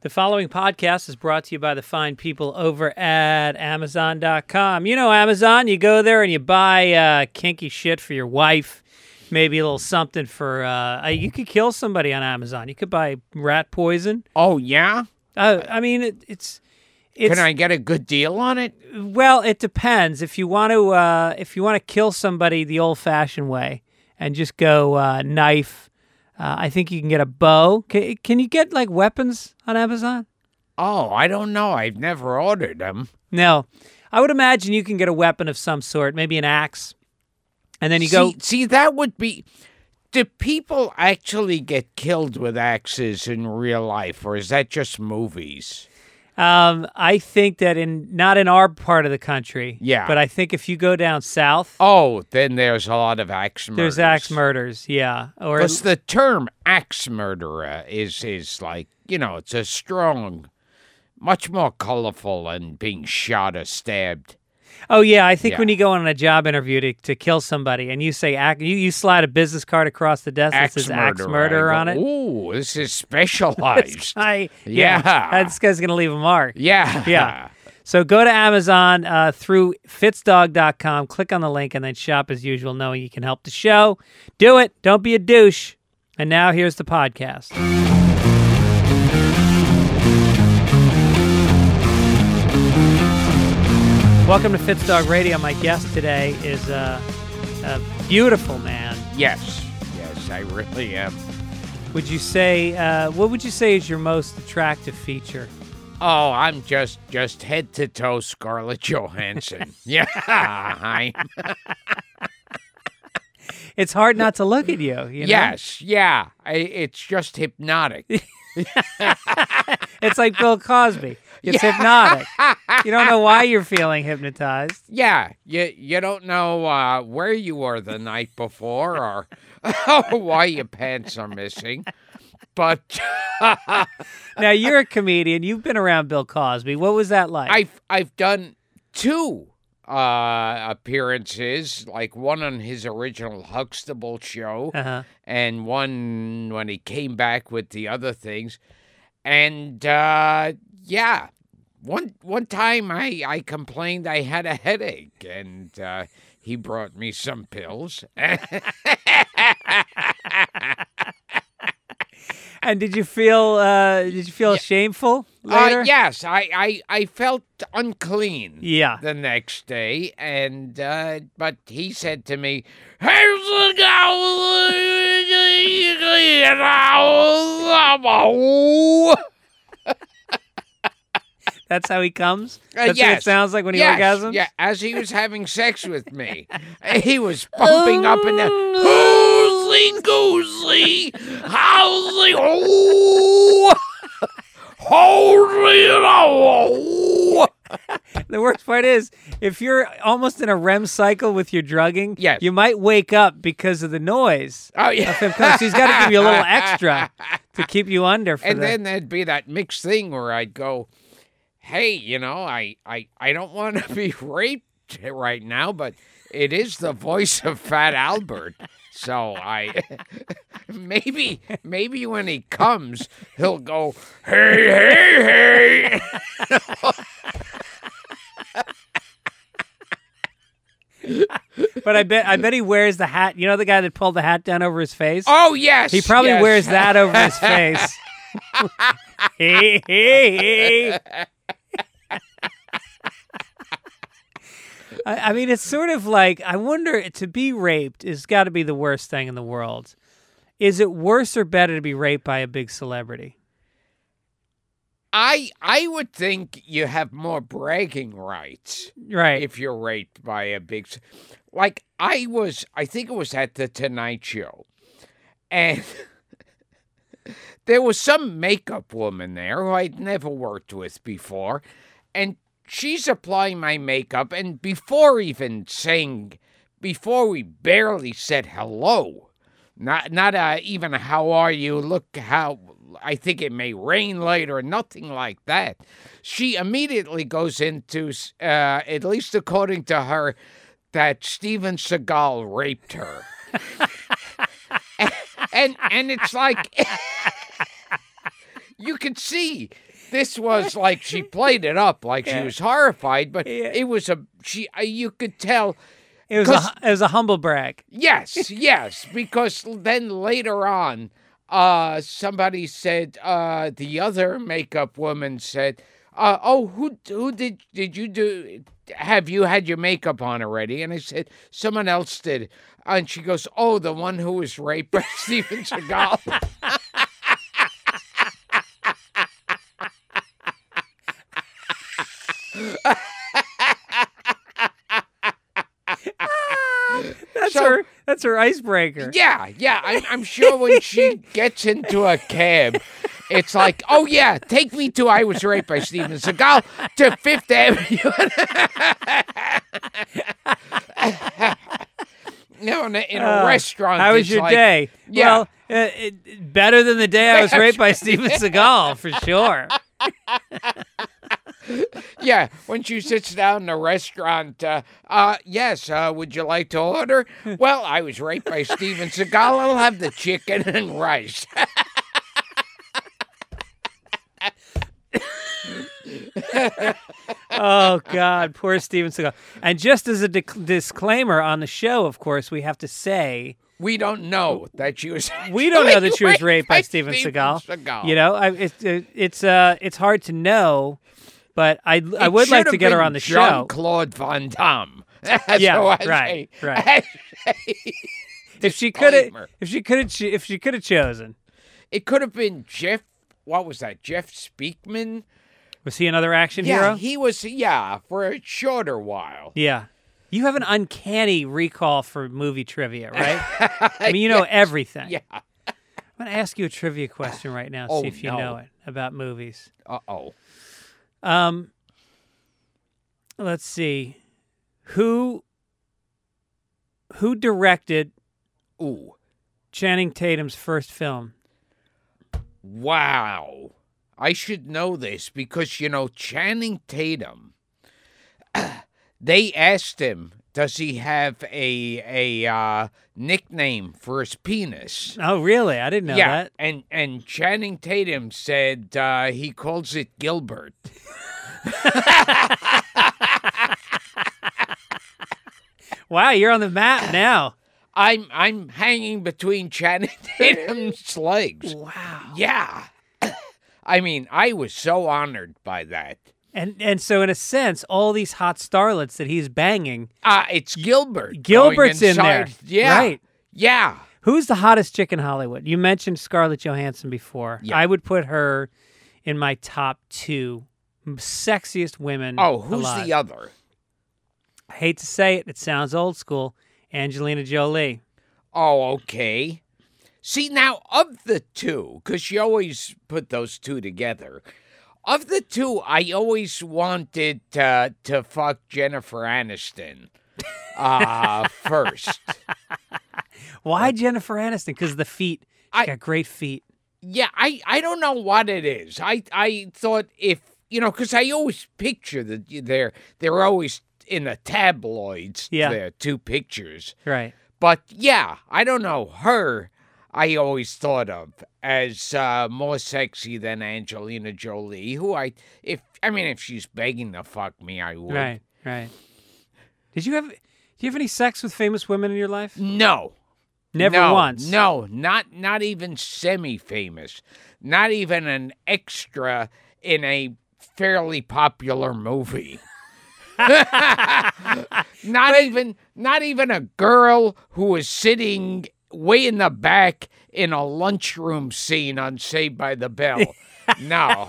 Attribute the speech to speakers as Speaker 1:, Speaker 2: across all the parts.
Speaker 1: The following podcast is brought to you by the fine people over at Amazon.com. You know, Amazon, you go there and you buy uh, kinky shit for your wife, maybe a little something for. Uh, uh, you could kill somebody on Amazon. You could buy rat poison.
Speaker 2: Oh yeah.
Speaker 1: Uh, I mean, it, it's. It's,
Speaker 2: Can I get a good deal on it?
Speaker 1: well, it depends. If you want to, uh, if you want to kill somebody the old-fashioned way and just go uh, knife, uh, I think you can get a bow. Can, can you get like weapons on Amazon?
Speaker 2: Oh, I don't know. I've never ordered them.
Speaker 1: No, I would imagine you can get a weapon of some sort, maybe an axe, and then you
Speaker 2: see,
Speaker 1: go.
Speaker 2: see, that would be. Do people actually get killed with axes in real life, or is that just movies?
Speaker 1: Um, I think that in not in our part of the country,
Speaker 2: Yeah.
Speaker 1: but I think if you go down south,
Speaker 2: Oh, then there's a lot of axe murders.
Speaker 1: there's axe murders, yeah, or
Speaker 2: Because the term axe murderer is is like you know it's a strong, much more colorful than being shot or stabbed.
Speaker 1: Oh yeah, I think
Speaker 2: Yeah.
Speaker 1: when you go on a job interview to, to kill somebody and you say ac- you you slide a business card across the desk that says axe murderer on
Speaker 2: I
Speaker 1: it.
Speaker 2: go, Ooh, this is specialized.
Speaker 1: I
Speaker 2: Yeah.
Speaker 1: that's guy's gonna leave a mark.
Speaker 2: yeah.
Speaker 1: Yeah. So go to Amazon uh, through fitzdog.com, click on the link, and then shop as usual, knowing you can help the show. Do it. Don't be a douche. And now here's the podcast. Welcome to Fitzdog Radio. My guest today is a, a beautiful man.
Speaker 2: Yes. Yes, I really am.
Speaker 1: Would you say, uh, what would you say is your most attractive feature?
Speaker 2: Oh, I'm just just head to toe Scarlett Johansson. yeah. I'm,
Speaker 1: Uh-huh, It's hard not to look at you. you know?
Speaker 2: yes. Yeah. I, it's just hypnotic.
Speaker 1: It's like Bill Cosby. It's hypnotic. You don't know why you're feeling hypnotized.
Speaker 2: yeah. You you don't know uh, where you were the night before or why your pants are missing. But
Speaker 1: Now you're a comedian. You've been around Bill Cosby. What was that like?
Speaker 2: I've I've done two uh appearances, like one on his original Huxtable show.
Speaker 1: uh-huh.
Speaker 2: and one when he came back with the other things. And uh, yeah, one one time I, I complained I had a headache, and uh, he brought me some pills.
Speaker 1: And did you feel uh, did you feel shameful later?
Speaker 2: Uh, yes, I, I, I felt unclean.
Speaker 1: Yeah.
Speaker 2: The next day, and uh, but he said to me, "That's
Speaker 1: That's how he comes. That's what it sounds like when he
Speaker 2: Uh, yes,
Speaker 1: orgasms.
Speaker 2: Yeah, as he was having sex with me, he was bumping up and down. Hoosey goosey, howsy, oh, holy, oh.
Speaker 1: The worst part is if you're almost in a REM cycle with your drugging,
Speaker 2: Yes.
Speaker 1: you might wake up because of the noise.
Speaker 2: Oh, yeah.
Speaker 1: Of him coming. So he's got to give you a little extra to keep you under for
Speaker 2: Ah. And
Speaker 1: the-
Speaker 2: then there'd be that mixed thing where I'd go, hey, you know, I, I, I don't want to be raped right now, but it is the voice of Fat Albert. So I maybe maybe when he comes he'll go hey hey hey
Speaker 1: But I bet I bet he wears the hat. You know the guy that pulled the hat down over his face?
Speaker 2: oh yes
Speaker 1: he probably
Speaker 2: yes.
Speaker 1: wears that over his face. Hey, hey, hey. I I mean, it's sort of like I wonder to be raped has got to be the worst thing in the world. Is it worse or better to be raped by a big celebrity?
Speaker 2: I I would think you have more bragging rights
Speaker 1: Right.
Speaker 2: if you're raped by a big s- like i was i think it was at the tonight show and there was some makeup woman there who i'd never worked with before and she's applying my makeup and before even saying before we barely said hello not not uh, even how are you look how i think it may rain later nothing like that she immediately goes into s- uh, at least according to her that steven seagal raped her and and it's like you could see this was like she played it up like she was horrified, but
Speaker 1: Yeah.
Speaker 2: it was a she. uh, You could tell.
Speaker 1: It was a,
Speaker 2: 'Cause-
Speaker 1: hu- it was a humble brag.
Speaker 2: Yes, yes, because then later on, uh, somebody said uh, the other makeup woman said, uh, "Oh, who who did did you do? Have you had your makeup on already?" And I said, "Someone else did." And she goes, "Oh, the one who was raped by Steven Seagal."
Speaker 1: That's
Speaker 2: So-
Speaker 1: her. That's her icebreaker.
Speaker 2: yeah, yeah, I'm, I'm sure when she gets into a cab. It's like, oh yeah, take me to I was raped by Steven Seagal to Fifth Avenue. no, in a, in a
Speaker 1: Uh,
Speaker 2: restaurant.
Speaker 1: How was
Speaker 2: it's
Speaker 1: your
Speaker 2: like-
Speaker 1: day?
Speaker 2: Yeah.
Speaker 1: Well, uh, it, it- better than the day I was raped by Steven Seagal for sure.
Speaker 2: Yeah, when she sits down in a restaurant, uh, uh, yes, uh, would you like to order? Well, I was raped by Steven Seagal. I'll have the chicken and rice.
Speaker 1: oh God, poor Steven Seagal. And just as a dic- disclaimer on the show, of course, we have to say
Speaker 2: We don't know that she was.
Speaker 1: we don't know
Speaker 2: actually
Speaker 1: that she was raped by Steven Seagal. You know, I, it's it, it's uh it's hard to know, but I I
Speaker 2: It
Speaker 1: would like
Speaker 2: should
Speaker 1: to
Speaker 2: have
Speaker 1: get her
Speaker 2: been
Speaker 1: on the show.
Speaker 2: Jean-Claude Van Damme. That's
Speaker 1: Yeah,
Speaker 2: what I
Speaker 1: right,
Speaker 2: say.
Speaker 1: right. If she could have,
Speaker 2: disclaimer.
Speaker 1: if she could have, if she could have chosen,
Speaker 2: It could have been Jeff. What was that? Jeff Speakman.
Speaker 1: was he another action
Speaker 2: Yeah,
Speaker 1: hero?
Speaker 2: he was. Yeah, for a shorter while.
Speaker 1: Yeah. You have an uncanny recall for movie trivia, right? I mean, you know everything.
Speaker 2: Yeah.
Speaker 1: I'm going to ask you a trivia question right now,
Speaker 2: Oh,
Speaker 1: see if you
Speaker 2: no.
Speaker 1: know it about movies.
Speaker 2: Uh oh.
Speaker 1: Um, let's see. Who who directed
Speaker 2: Ooh.
Speaker 1: Channing Tatum's first film?
Speaker 2: Wow. I should know this because you know Channing Tatum. they asked him, "Does he have a a uh, nickname for his penis?"
Speaker 1: Oh, really? I didn't know
Speaker 2: yeah,
Speaker 1: that.
Speaker 2: and and Channing Tatum said uh, he calls it Gilbert.
Speaker 1: Wow, you're on the map now.
Speaker 2: I'm I'm hanging between Channing Tatum's legs.
Speaker 1: Wow.
Speaker 2: Yeah, I mean I was so honored by that.
Speaker 1: And and so in a sense, all these hot starlets that he's banging,
Speaker 2: Uh, it's Gilbert. going
Speaker 1: Gilbert's in there.
Speaker 2: inside. Yeah,
Speaker 1: Right.
Speaker 2: yeah.
Speaker 1: Who's the hottest chick in Hollywood? You mentioned Scarlett Johansson before.
Speaker 2: Yeah.
Speaker 1: I would put her in my top two sexiest women.
Speaker 2: Oh, who's the
Speaker 1: other?
Speaker 2: other?
Speaker 1: I hate to say it, it sounds old school. Angelina Jolie.
Speaker 2: Oh, okay. See now, of the two, because you always put those two together. Of the two, I always wanted to to fuck Jennifer Aniston uh, first.
Speaker 1: Why Jennifer Aniston? Because the feet. She's
Speaker 2: I-
Speaker 1: got great feet.
Speaker 2: Yeah, I I don't know what it is. I I thought if you know, because I always picture that they're they're always in the tabloids.
Speaker 1: Yeah.
Speaker 2: their two pictures.
Speaker 1: Right.
Speaker 2: But yeah, I don't know. Her, I always thought of as uh, more sexy than Angelina Jolie, who I, if, I mean, if she's begging to fuck me, I would.
Speaker 1: Right. Right. Did you have do you have any sex with famous women in your life?
Speaker 2: No.
Speaker 1: Never
Speaker 2: no,
Speaker 1: once.
Speaker 2: No, not not even semi-famous, not even an extra in a fairly popular movie. not even not even a girl who was sitting way in the back in a lunchroom scene on Saved by the Bell. no,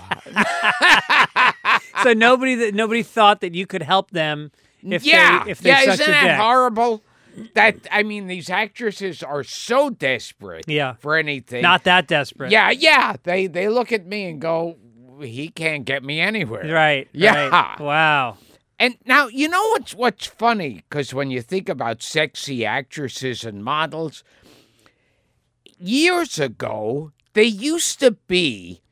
Speaker 1: So nobody that nobody thought that you could help them if
Speaker 2: yeah,
Speaker 1: they if they
Speaker 2: yeah,
Speaker 1: sucked
Speaker 2: isn't
Speaker 1: your
Speaker 2: that
Speaker 1: dick.
Speaker 2: horrible? That I mean, these actresses are so desperate
Speaker 1: Yeah.
Speaker 2: for anything.
Speaker 1: Not that desperate.
Speaker 2: Yeah, yeah. They they look at me and go, "He can't get me anywhere."
Speaker 1: Right.
Speaker 2: Yeah.
Speaker 1: Right. Wow.
Speaker 2: And now you know what's what's funny because when you think about sexy actresses and models, years ago they used to be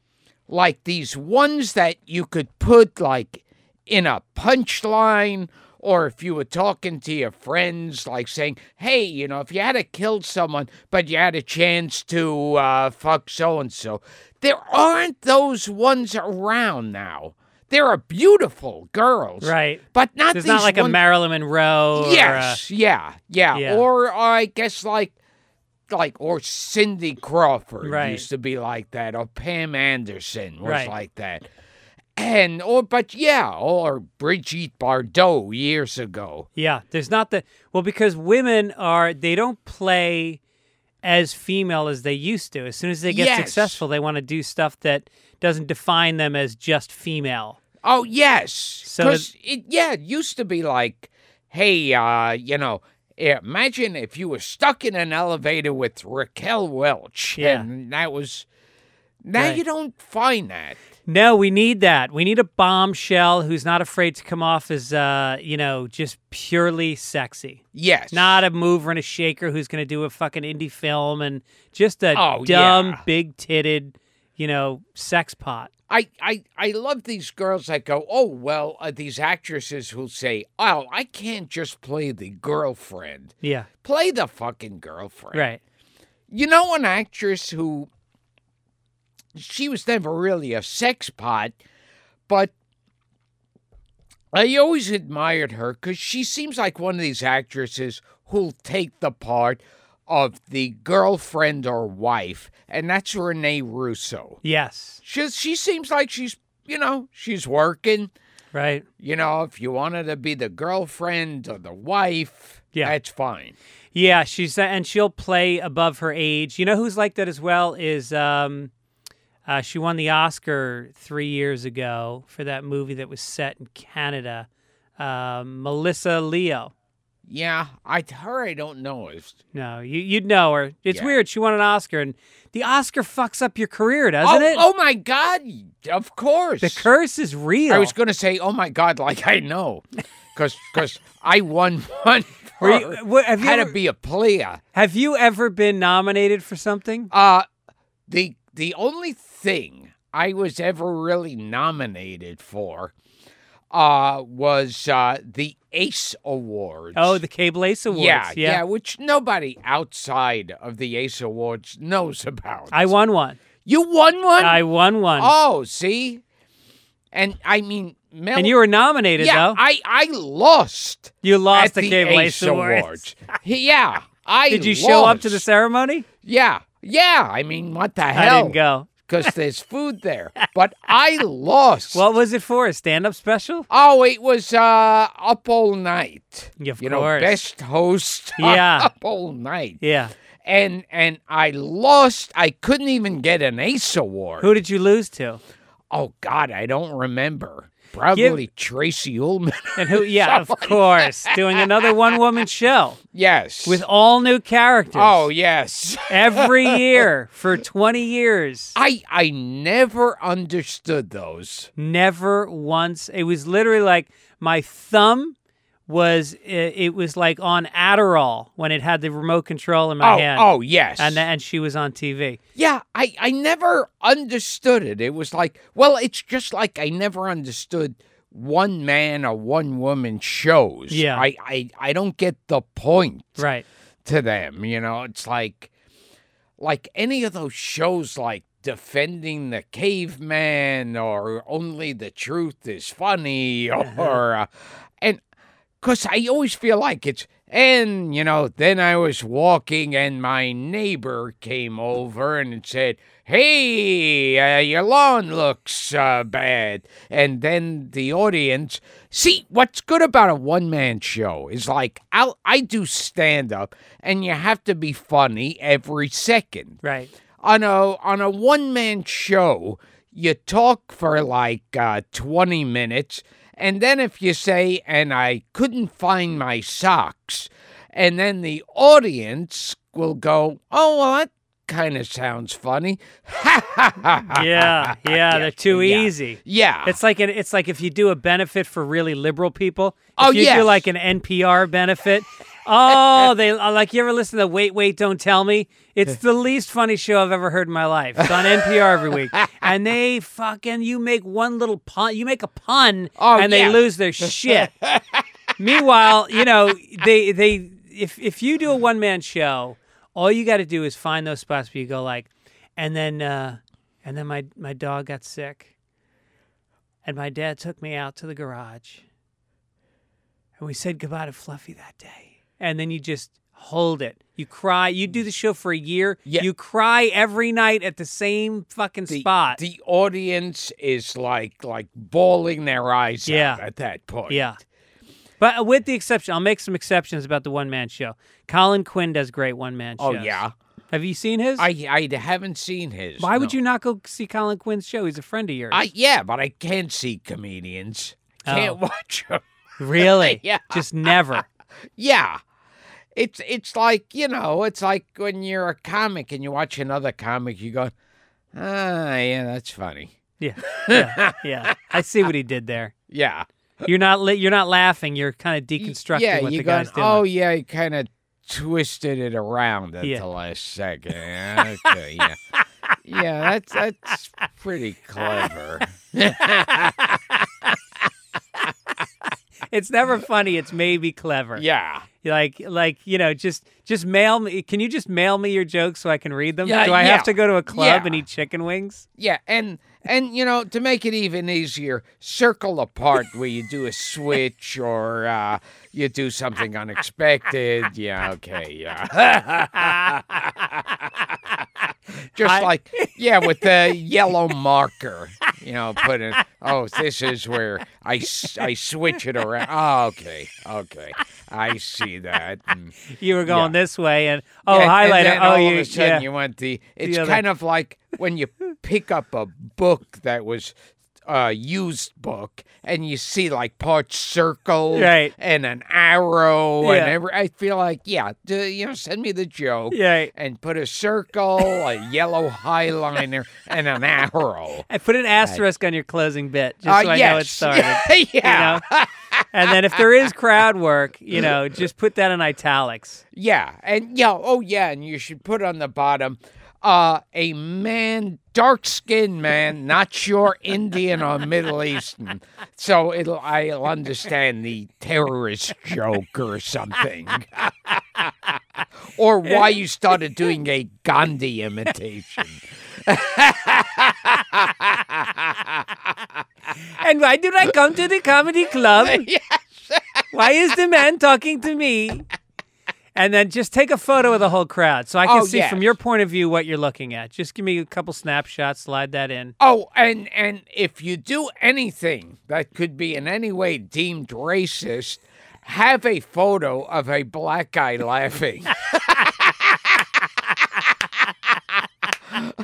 Speaker 2: like these ones that you could put like in a punchline. Or if you were talking to your friends, like saying, "Hey, you know, if you had to kill someone, but you had a chance to uh, fuck so and so, There aren't those ones around now. There are beautiful girls,
Speaker 1: Right.
Speaker 2: But not
Speaker 1: There's
Speaker 2: these
Speaker 1: not like a
Speaker 2: ones-
Speaker 1: Marilyn Monroe. or a-
Speaker 2: Yes, yeah, yeah,
Speaker 1: Yeah.
Speaker 2: Or I guess like, like or Cindy Crawford
Speaker 1: Right.
Speaker 2: used to be like that, or Pam Anderson was
Speaker 1: Right.
Speaker 2: like that, and or but yeah, or Brigitte Bardot years ago.
Speaker 1: yeah. There's not the well because women are they don't play as female as they used to. As soon as they get
Speaker 2: Yes.
Speaker 1: successful, they want to do stuff that doesn't define them as just female.
Speaker 2: Oh yes,
Speaker 1: So
Speaker 2: because it yeah it used to be like, hey, uh, you know. Imagine if you were stuck in an elevator with Raquel Welch,
Speaker 1: Yeah.
Speaker 2: and that was. Now
Speaker 1: Right.
Speaker 2: you don't find that.
Speaker 1: No, we need that. We need a bombshell who's not afraid to come off as uh, you know, just purely sexy.
Speaker 2: Yes.
Speaker 1: Not a mover and a shaker who's going to do a fucking indie film and just a
Speaker 2: Oh,
Speaker 1: dumb,
Speaker 2: yeah.
Speaker 1: big titted, you know, sex pot.
Speaker 2: I, I, I love these girls that go, oh, well, uh, these actresses who say, oh, I can't just play the girlfriend.
Speaker 1: Yeah.
Speaker 2: Play the fucking girlfriend.
Speaker 1: Right.
Speaker 2: You know, an actress who, she was never really a sex pot, but I always admired her because she seems like one of these actresses who'll take the part of the girlfriend or wife, and that's Renee Russo.
Speaker 1: Yes.
Speaker 2: She she seems like she's you know she's working.
Speaker 1: Right.
Speaker 2: You know, if you wanted to be the girlfriend or the wife,
Speaker 1: Yeah.
Speaker 2: that's fine.
Speaker 1: Yeah, she's uh, and she'll play above her age. You know who's like that as well is um uh, she won the Oscar 3 years ago for that movie that was set in Canada. Um, Melissa Leo.
Speaker 2: Yeah, I her I don't know. Is
Speaker 1: No, you you'd know her. It's
Speaker 2: Yeah.
Speaker 1: weird. She won an Oscar and the Oscar fucks up your career, doesn't
Speaker 2: oh,
Speaker 1: it?
Speaker 2: oh my god, of course.
Speaker 1: The curse is real.
Speaker 2: I was gonna say, oh my god, like I know, because I won one. For,
Speaker 1: Were you- what- have, you
Speaker 2: Oh, had
Speaker 1: ever,
Speaker 2: to be a player.
Speaker 1: have you ever been nominated for something?
Speaker 2: Uh the the only thing I was ever really nominated for uh was uh the Ace Awards.
Speaker 1: Oh, the Cable Ace Awards.
Speaker 2: Yeah,
Speaker 1: Yeah,
Speaker 2: yeah, which nobody outside of the Ace Awards knows about.
Speaker 1: I won one.
Speaker 2: you won one?
Speaker 1: I won one.
Speaker 2: Oh, see? And I mean Mel
Speaker 1: and you were nominated
Speaker 2: Yeah,
Speaker 1: though.
Speaker 2: I I lost
Speaker 1: you
Speaker 2: at
Speaker 1: lost the,
Speaker 2: the
Speaker 1: Cable Ace
Speaker 2: Ace
Speaker 1: Awards.
Speaker 2: Awards. yeah. I
Speaker 1: Did you show up to the
Speaker 2: lost.
Speaker 1: ceremony?
Speaker 2: Yeah. Yeah, I mean what the
Speaker 1: I
Speaker 2: hell?
Speaker 1: didn't go.
Speaker 2: because there's food there. But I lost.
Speaker 1: What was it for? A stand-up special?
Speaker 2: oh, it was uh, up all night.
Speaker 1: Yeah, of
Speaker 2: you know,
Speaker 1: course.
Speaker 2: best host.
Speaker 1: Yeah.
Speaker 2: up all night.
Speaker 1: Yeah.
Speaker 2: And and I lost. I couldn't even get an Ace Award.
Speaker 1: Who did you lose to?
Speaker 2: oh God, I don't remember. Probably Tracy Ullman.
Speaker 1: And who? Yeah, of course. Doing another one-woman show
Speaker 2: yes.
Speaker 1: with all new characters.
Speaker 2: oh yes.
Speaker 1: every year for 20 years.
Speaker 2: I I never understood those.
Speaker 1: Never once. It was literally like my thumb was i- it was like on Adderall when it had the remote control in my
Speaker 2: oh
Speaker 1: hand.
Speaker 2: oh yes.
Speaker 1: And and she was on TV.
Speaker 2: Yeah, I, I never understood it. It was like, well, it's just like I never understood one man or one woman shows.
Speaker 1: Yeah.
Speaker 2: I, I, I don't get the point
Speaker 1: Right.
Speaker 2: to them, you know. It's like like any of those shows like defending the caveman or only the truth is funny or uh, and cuz I always feel like it's and you know then I was walking and my neighbor came over and said hey uh, your lawn looks uh, bad and then the audience see what's good about a one man show is like I I do stand up and you have to be funny every second
Speaker 1: Right.
Speaker 2: on a on a one man show, you talk for like uh, twenty minutes, and then if you say, "And I couldn't find my socks," and then the audience will go, "Oh, well, that kind of sounds funny."
Speaker 1: Yeah. Yeah, they're too
Speaker 2: Yeah.
Speaker 1: easy.
Speaker 2: yeah,
Speaker 1: It's like an, it's like if you do a benefit for really liberal people. If
Speaker 2: Oh,
Speaker 1: you
Speaker 2: yes.
Speaker 1: do like an NPR benefit. Oh, they like you ever listen to Wait Wait Don't Tell Me? It's the least funny show I've ever heard in my life. It's on NPR every week, and they fucking you make one little pun, you make a pun,
Speaker 2: Oh,
Speaker 1: and
Speaker 2: yeah.
Speaker 1: they lose their shit. Meanwhile, you know they they if if you do a one man show, all you got to do is find those spots where you go like, and then. uh And then my, my dog got sick. And my dad took me out to the garage. And we said goodbye to Fluffy that day. And then you just hold it. You cry. You do the show for a year.
Speaker 2: Yeah.
Speaker 1: You cry every night at the same fucking
Speaker 2: The,
Speaker 1: spot.
Speaker 2: the audience is like like bawling their eyes
Speaker 1: Yeah.
Speaker 2: out at that point.
Speaker 1: Yeah. But with the exception, I'll make some exceptions about the one man show. Colin Quinn does great one man
Speaker 2: Oh
Speaker 1: shows.
Speaker 2: yeah.
Speaker 1: Have you seen his?
Speaker 2: I I haven't seen his.
Speaker 1: Why would
Speaker 2: no.
Speaker 1: you not go see Colin Quinn's show? He's a friend of yours.
Speaker 2: I yeah, but I can't see comedians. Can't
Speaker 1: Oh.
Speaker 2: watch them.
Speaker 1: really?
Speaker 2: Yeah.
Speaker 1: Just never.
Speaker 2: Yeah. It's it's like, you know, it's like when you're a comic and you watch another comic, you go, Ah, yeah, that's funny.
Speaker 1: Yeah. Yeah. yeah. I see what he did there.
Speaker 2: Yeah.
Speaker 1: You're not li- you're not laughing. You're kind of
Speaker 2: Y-
Speaker 1: deconstructing
Speaker 2: yeah,
Speaker 1: what
Speaker 2: you
Speaker 1: the
Speaker 2: go,
Speaker 1: guy's doing.
Speaker 2: Oh yeah, he kinda twisted it around at
Speaker 1: Yeah.
Speaker 2: the last second. Yeah, okay, yeah. Yeah, that's that's pretty clever.
Speaker 1: It's never funny. It's maybe clever.
Speaker 2: yeah.
Speaker 1: Like like you know just just mail me. Can you just mail me your jokes so I can read them?
Speaker 2: Yeah,
Speaker 1: Do I
Speaker 2: yeah.
Speaker 1: have to go to a club
Speaker 2: Yeah.
Speaker 1: and eat chicken wings?
Speaker 2: Yeah, and and you know to make it even easier, circle apart where you do a switch or uh, you do something unexpected. Yeah, okay, yeah. Just
Speaker 1: I-
Speaker 2: like yeah, with the yellow marker, you know, put in. Oh, this is where I, s- I switch it around. Oh, okay, okay, I see that. mm. And-
Speaker 1: You were going this way and oh
Speaker 2: yeah,
Speaker 1: highlighter.
Speaker 2: And then
Speaker 1: oh
Speaker 2: all
Speaker 1: you
Speaker 2: of a sudden
Speaker 1: yeah.
Speaker 2: you went the. It's
Speaker 1: other-
Speaker 2: kind of like when you pick up a book that was a used book, and you see like parts circled
Speaker 1: Right.
Speaker 2: and an arrow,
Speaker 1: Yeah.
Speaker 2: and every, I feel like yeah, d- you know, send me the joke.
Speaker 1: yeah.
Speaker 2: And put a circle, a yellow highliner, and an arrow.
Speaker 1: I put an asterisk on your closing bit just
Speaker 2: Uh,
Speaker 1: so I know it
Speaker 2: yes.
Speaker 1: started.
Speaker 2: yeah.
Speaker 1: You know? and then if there is crowd work, you know, just put that in italics.
Speaker 2: Yeah, and yeah, oh yeah, and you should put on the bottom uh a man, dark skinned man, not sure Indian or Middle Eastern. So it'll I'll understand the terrorist joke or something. or why you started doing a Gandhi imitation.
Speaker 1: And why did I come to the comedy club? Why is the man talking to me? And then just take a photo of the whole crowd so I can
Speaker 2: Oh,
Speaker 1: see from
Speaker 2: yes.
Speaker 1: your point of view what you're looking at. Just give me a couple snapshots, slide that in.
Speaker 2: Oh, and and if you do anything that could be in any way deemed racist, have a photo of a black guy laughing.
Speaker 1: And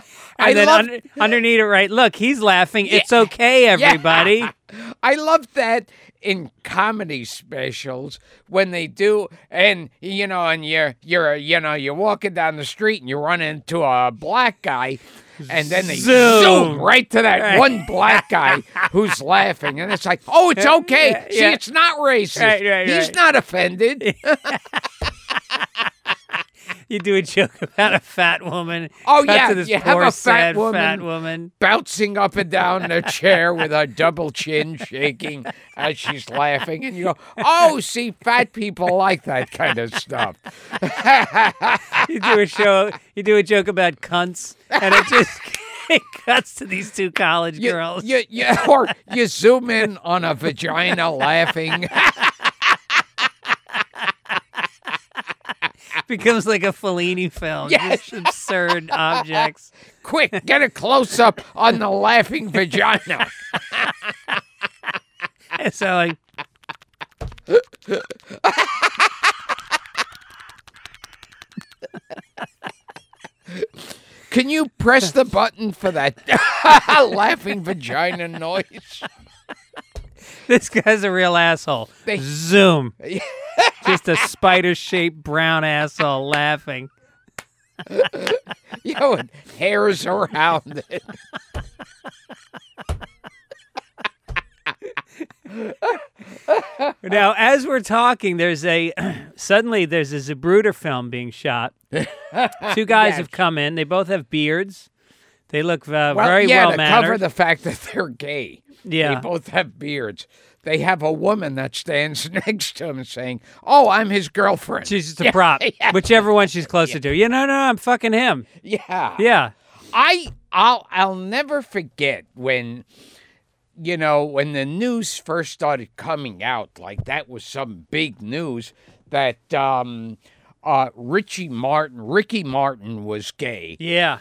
Speaker 2: I
Speaker 1: then
Speaker 2: love-
Speaker 1: un- underneath it, right? Look, he's laughing. It's okay, everybody.
Speaker 2: I love that in comedy specials when they do, and you know, and you're you're you know you're walking down the street and you run into a black guy, and then they
Speaker 1: Zoom.
Speaker 2: zoom, right to that one black guy who's laughing, and it's like, oh, it's okay.
Speaker 1: yeah,
Speaker 2: See,
Speaker 1: yeah.
Speaker 2: it's not racist.
Speaker 1: Right, right,
Speaker 2: He's
Speaker 1: right.
Speaker 2: not offended.
Speaker 1: You do a joke about a fat woman.
Speaker 2: Oh,
Speaker 1: cut
Speaker 2: yeah,
Speaker 1: to this
Speaker 2: you have
Speaker 1: poor
Speaker 2: a fat
Speaker 1: sad fat
Speaker 2: woman.
Speaker 1: woman.
Speaker 2: Bouncing up and down the chair with her double chin shaking as she's laughing, and you go, "Oh, see, fat people like that kind of stuff."
Speaker 1: you do a show, you do a joke about cunts, and it just it cuts to these two college
Speaker 2: you,
Speaker 1: girls.
Speaker 2: You, you, or you zoom in on a vagina laughing.
Speaker 1: It becomes like a Fellini film.
Speaker 2: Yes.
Speaker 1: Just absurd objects.
Speaker 2: Quick, get a close up on the laughing vagina.
Speaker 1: And so like,
Speaker 2: Can you press the button for that laughing vagina noise?
Speaker 1: this guy's a real asshole.
Speaker 2: They-
Speaker 1: Zoom. just a spider shaped brown asshole laughing.
Speaker 2: You know, and hairs around it.
Speaker 1: Now, as we're talking, there's a suddenly there's a Zabruder film being shot. Two guys
Speaker 2: Yes.
Speaker 1: have come in. They both have beards. They look uh,
Speaker 2: Well,
Speaker 1: very
Speaker 2: yeah,
Speaker 1: well
Speaker 2: to
Speaker 1: mannered.
Speaker 2: cover the fact that they're gay.
Speaker 1: Yeah.
Speaker 2: They both have beards. They have a woman that stands next to him saying, Oh, I'm his girlfriend.
Speaker 1: She's just a prop,
Speaker 2: yeah.
Speaker 1: whichever one she's closer to. Yeah, no, no, I'm fucking him.
Speaker 2: yeah.
Speaker 1: Yeah,
Speaker 2: I I'll I'll never forget when you know when the news first started coming out like that was some big news that um uh Richie Martin Ricky Martin was gay
Speaker 1: Yeah.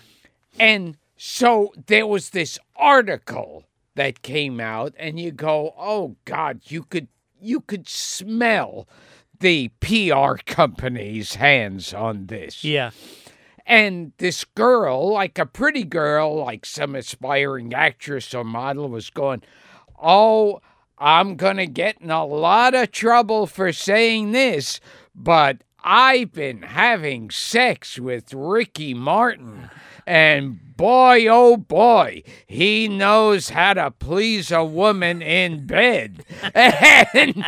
Speaker 2: and so there was this article that came out, and you go, "Oh God, you could you could smell the PR company's hands on this."
Speaker 1: Yeah.
Speaker 2: And this girl, like a pretty girl, like some aspiring actress or model, was going, "Oh, I'm gonna get in a lot of trouble for saying this, but." I've been having sex with Ricky Martin. And boy, oh boy, he knows how to please a woman in bed. And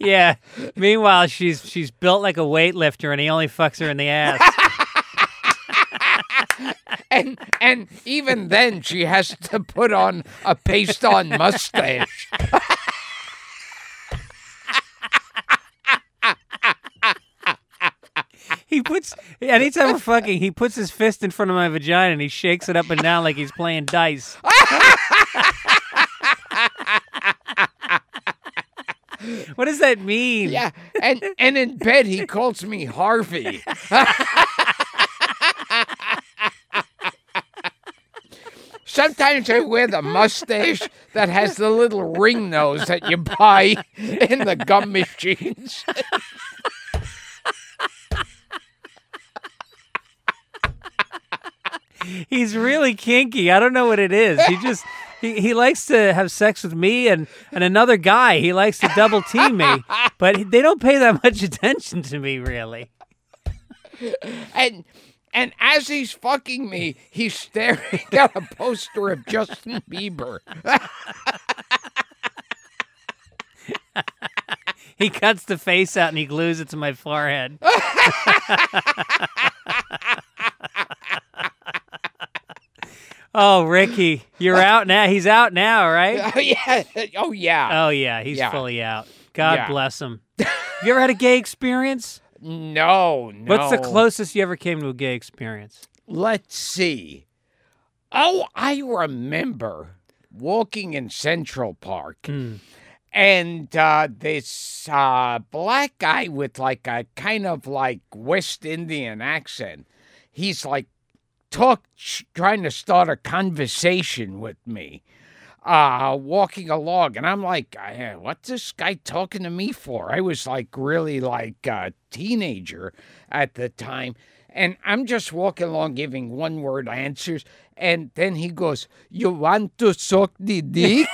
Speaker 1: Yeah. Meanwhile, she's she's built like a weightlifter, and he only fucks her in the ass.
Speaker 2: and and even then she has to put on a paste on mustache.
Speaker 1: he puts anytime we're fucking, he puts his fist in front of my vagina and he shakes it up and down like he's playing dice. what does that mean?
Speaker 2: Yeah. And and in bed he calls me Harvey. Sometimes I wear the mustache that has the little ring nose that you buy in the gum machines.
Speaker 1: He's really kinky. I don't know what it is. He just he, he likes to have sex with me and, and another guy. He likes to double team me, but he- they don't pay that much attention to me really.
Speaker 2: and and as he's fucking me, he's staring at a poster of Justin Bieber.
Speaker 1: He cuts the face out and he glues it to my forehead. oh, Ricky, you're out now. He's out now, right?
Speaker 2: oh yeah. Oh yeah.
Speaker 1: Oh yeah, he's
Speaker 2: Yeah.
Speaker 1: fully out. God
Speaker 2: Yeah.
Speaker 1: bless him. Have you ever had a gay experience?
Speaker 2: no, no.
Speaker 1: What's the closest you ever came to a gay experience?
Speaker 2: Let's see. Oh, I remember walking in Central Park
Speaker 1: Mm.
Speaker 2: and uh, this uh, black guy with like a kind of like West Indian accent. He's like talk trying to start a conversation with me. Uh, walking along, and I'm like, "Eh, "What's this guy talking to me for?" I was like, really like a teenager at the time, and I'm just walking along, giving one word answers, and then he goes, "You want to suck the dick?"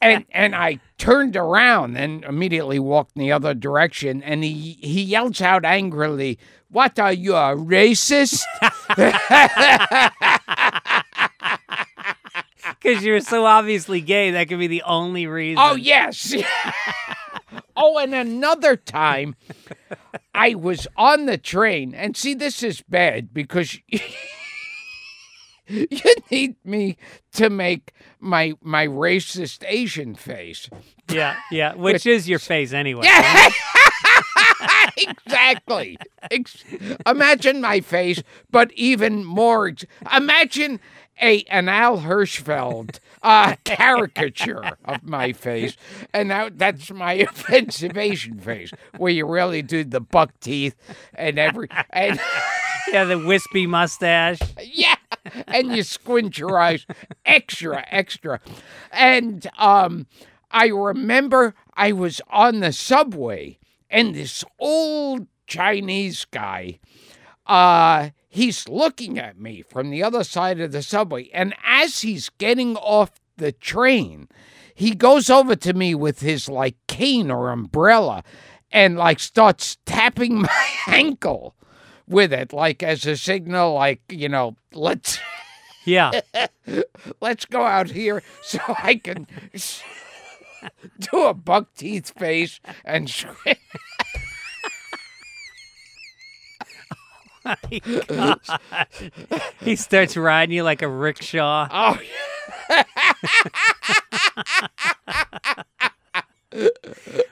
Speaker 2: and and I turned around and immediately walked in the other direction. And he he yells out angrily, "What are you a racist?"
Speaker 1: Because you're so obviously gay, that could be the only reason.
Speaker 2: oh yes. oh, and another time, I was on the train, and see, this is bad because. You need me to make my my racist Asian face.
Speaker 1: yeah, yeah. Which is your face anyway.
Speaker 2: Yeah. exactly. Ex- imagine my face, but even more. ex- Imagine a an Al Hirschfeld uh, caricature of my face, and now that's my offensive Asian face, where you really do the buck teeth and every and
Speaker 1: yeah, the wispy mustache.
Speaker 2: yeah, and you squint your eyes extra, extra, and um, I remember I was on the subway, and this old Chinese guy, uh, he's looking at me from the other side of the subway, and as he's getting off the train, he goes over to me with his like cane or umbrella, and like starts tapping my ankle with it, like as a signal, like you know, let's
Speaker 1: Yeah.
Speaker 2: let's go out here so I can do a buck teeth face and squint.
Speaker 1: he starts riding you like a rickshaw.
Speaker 2: Oh,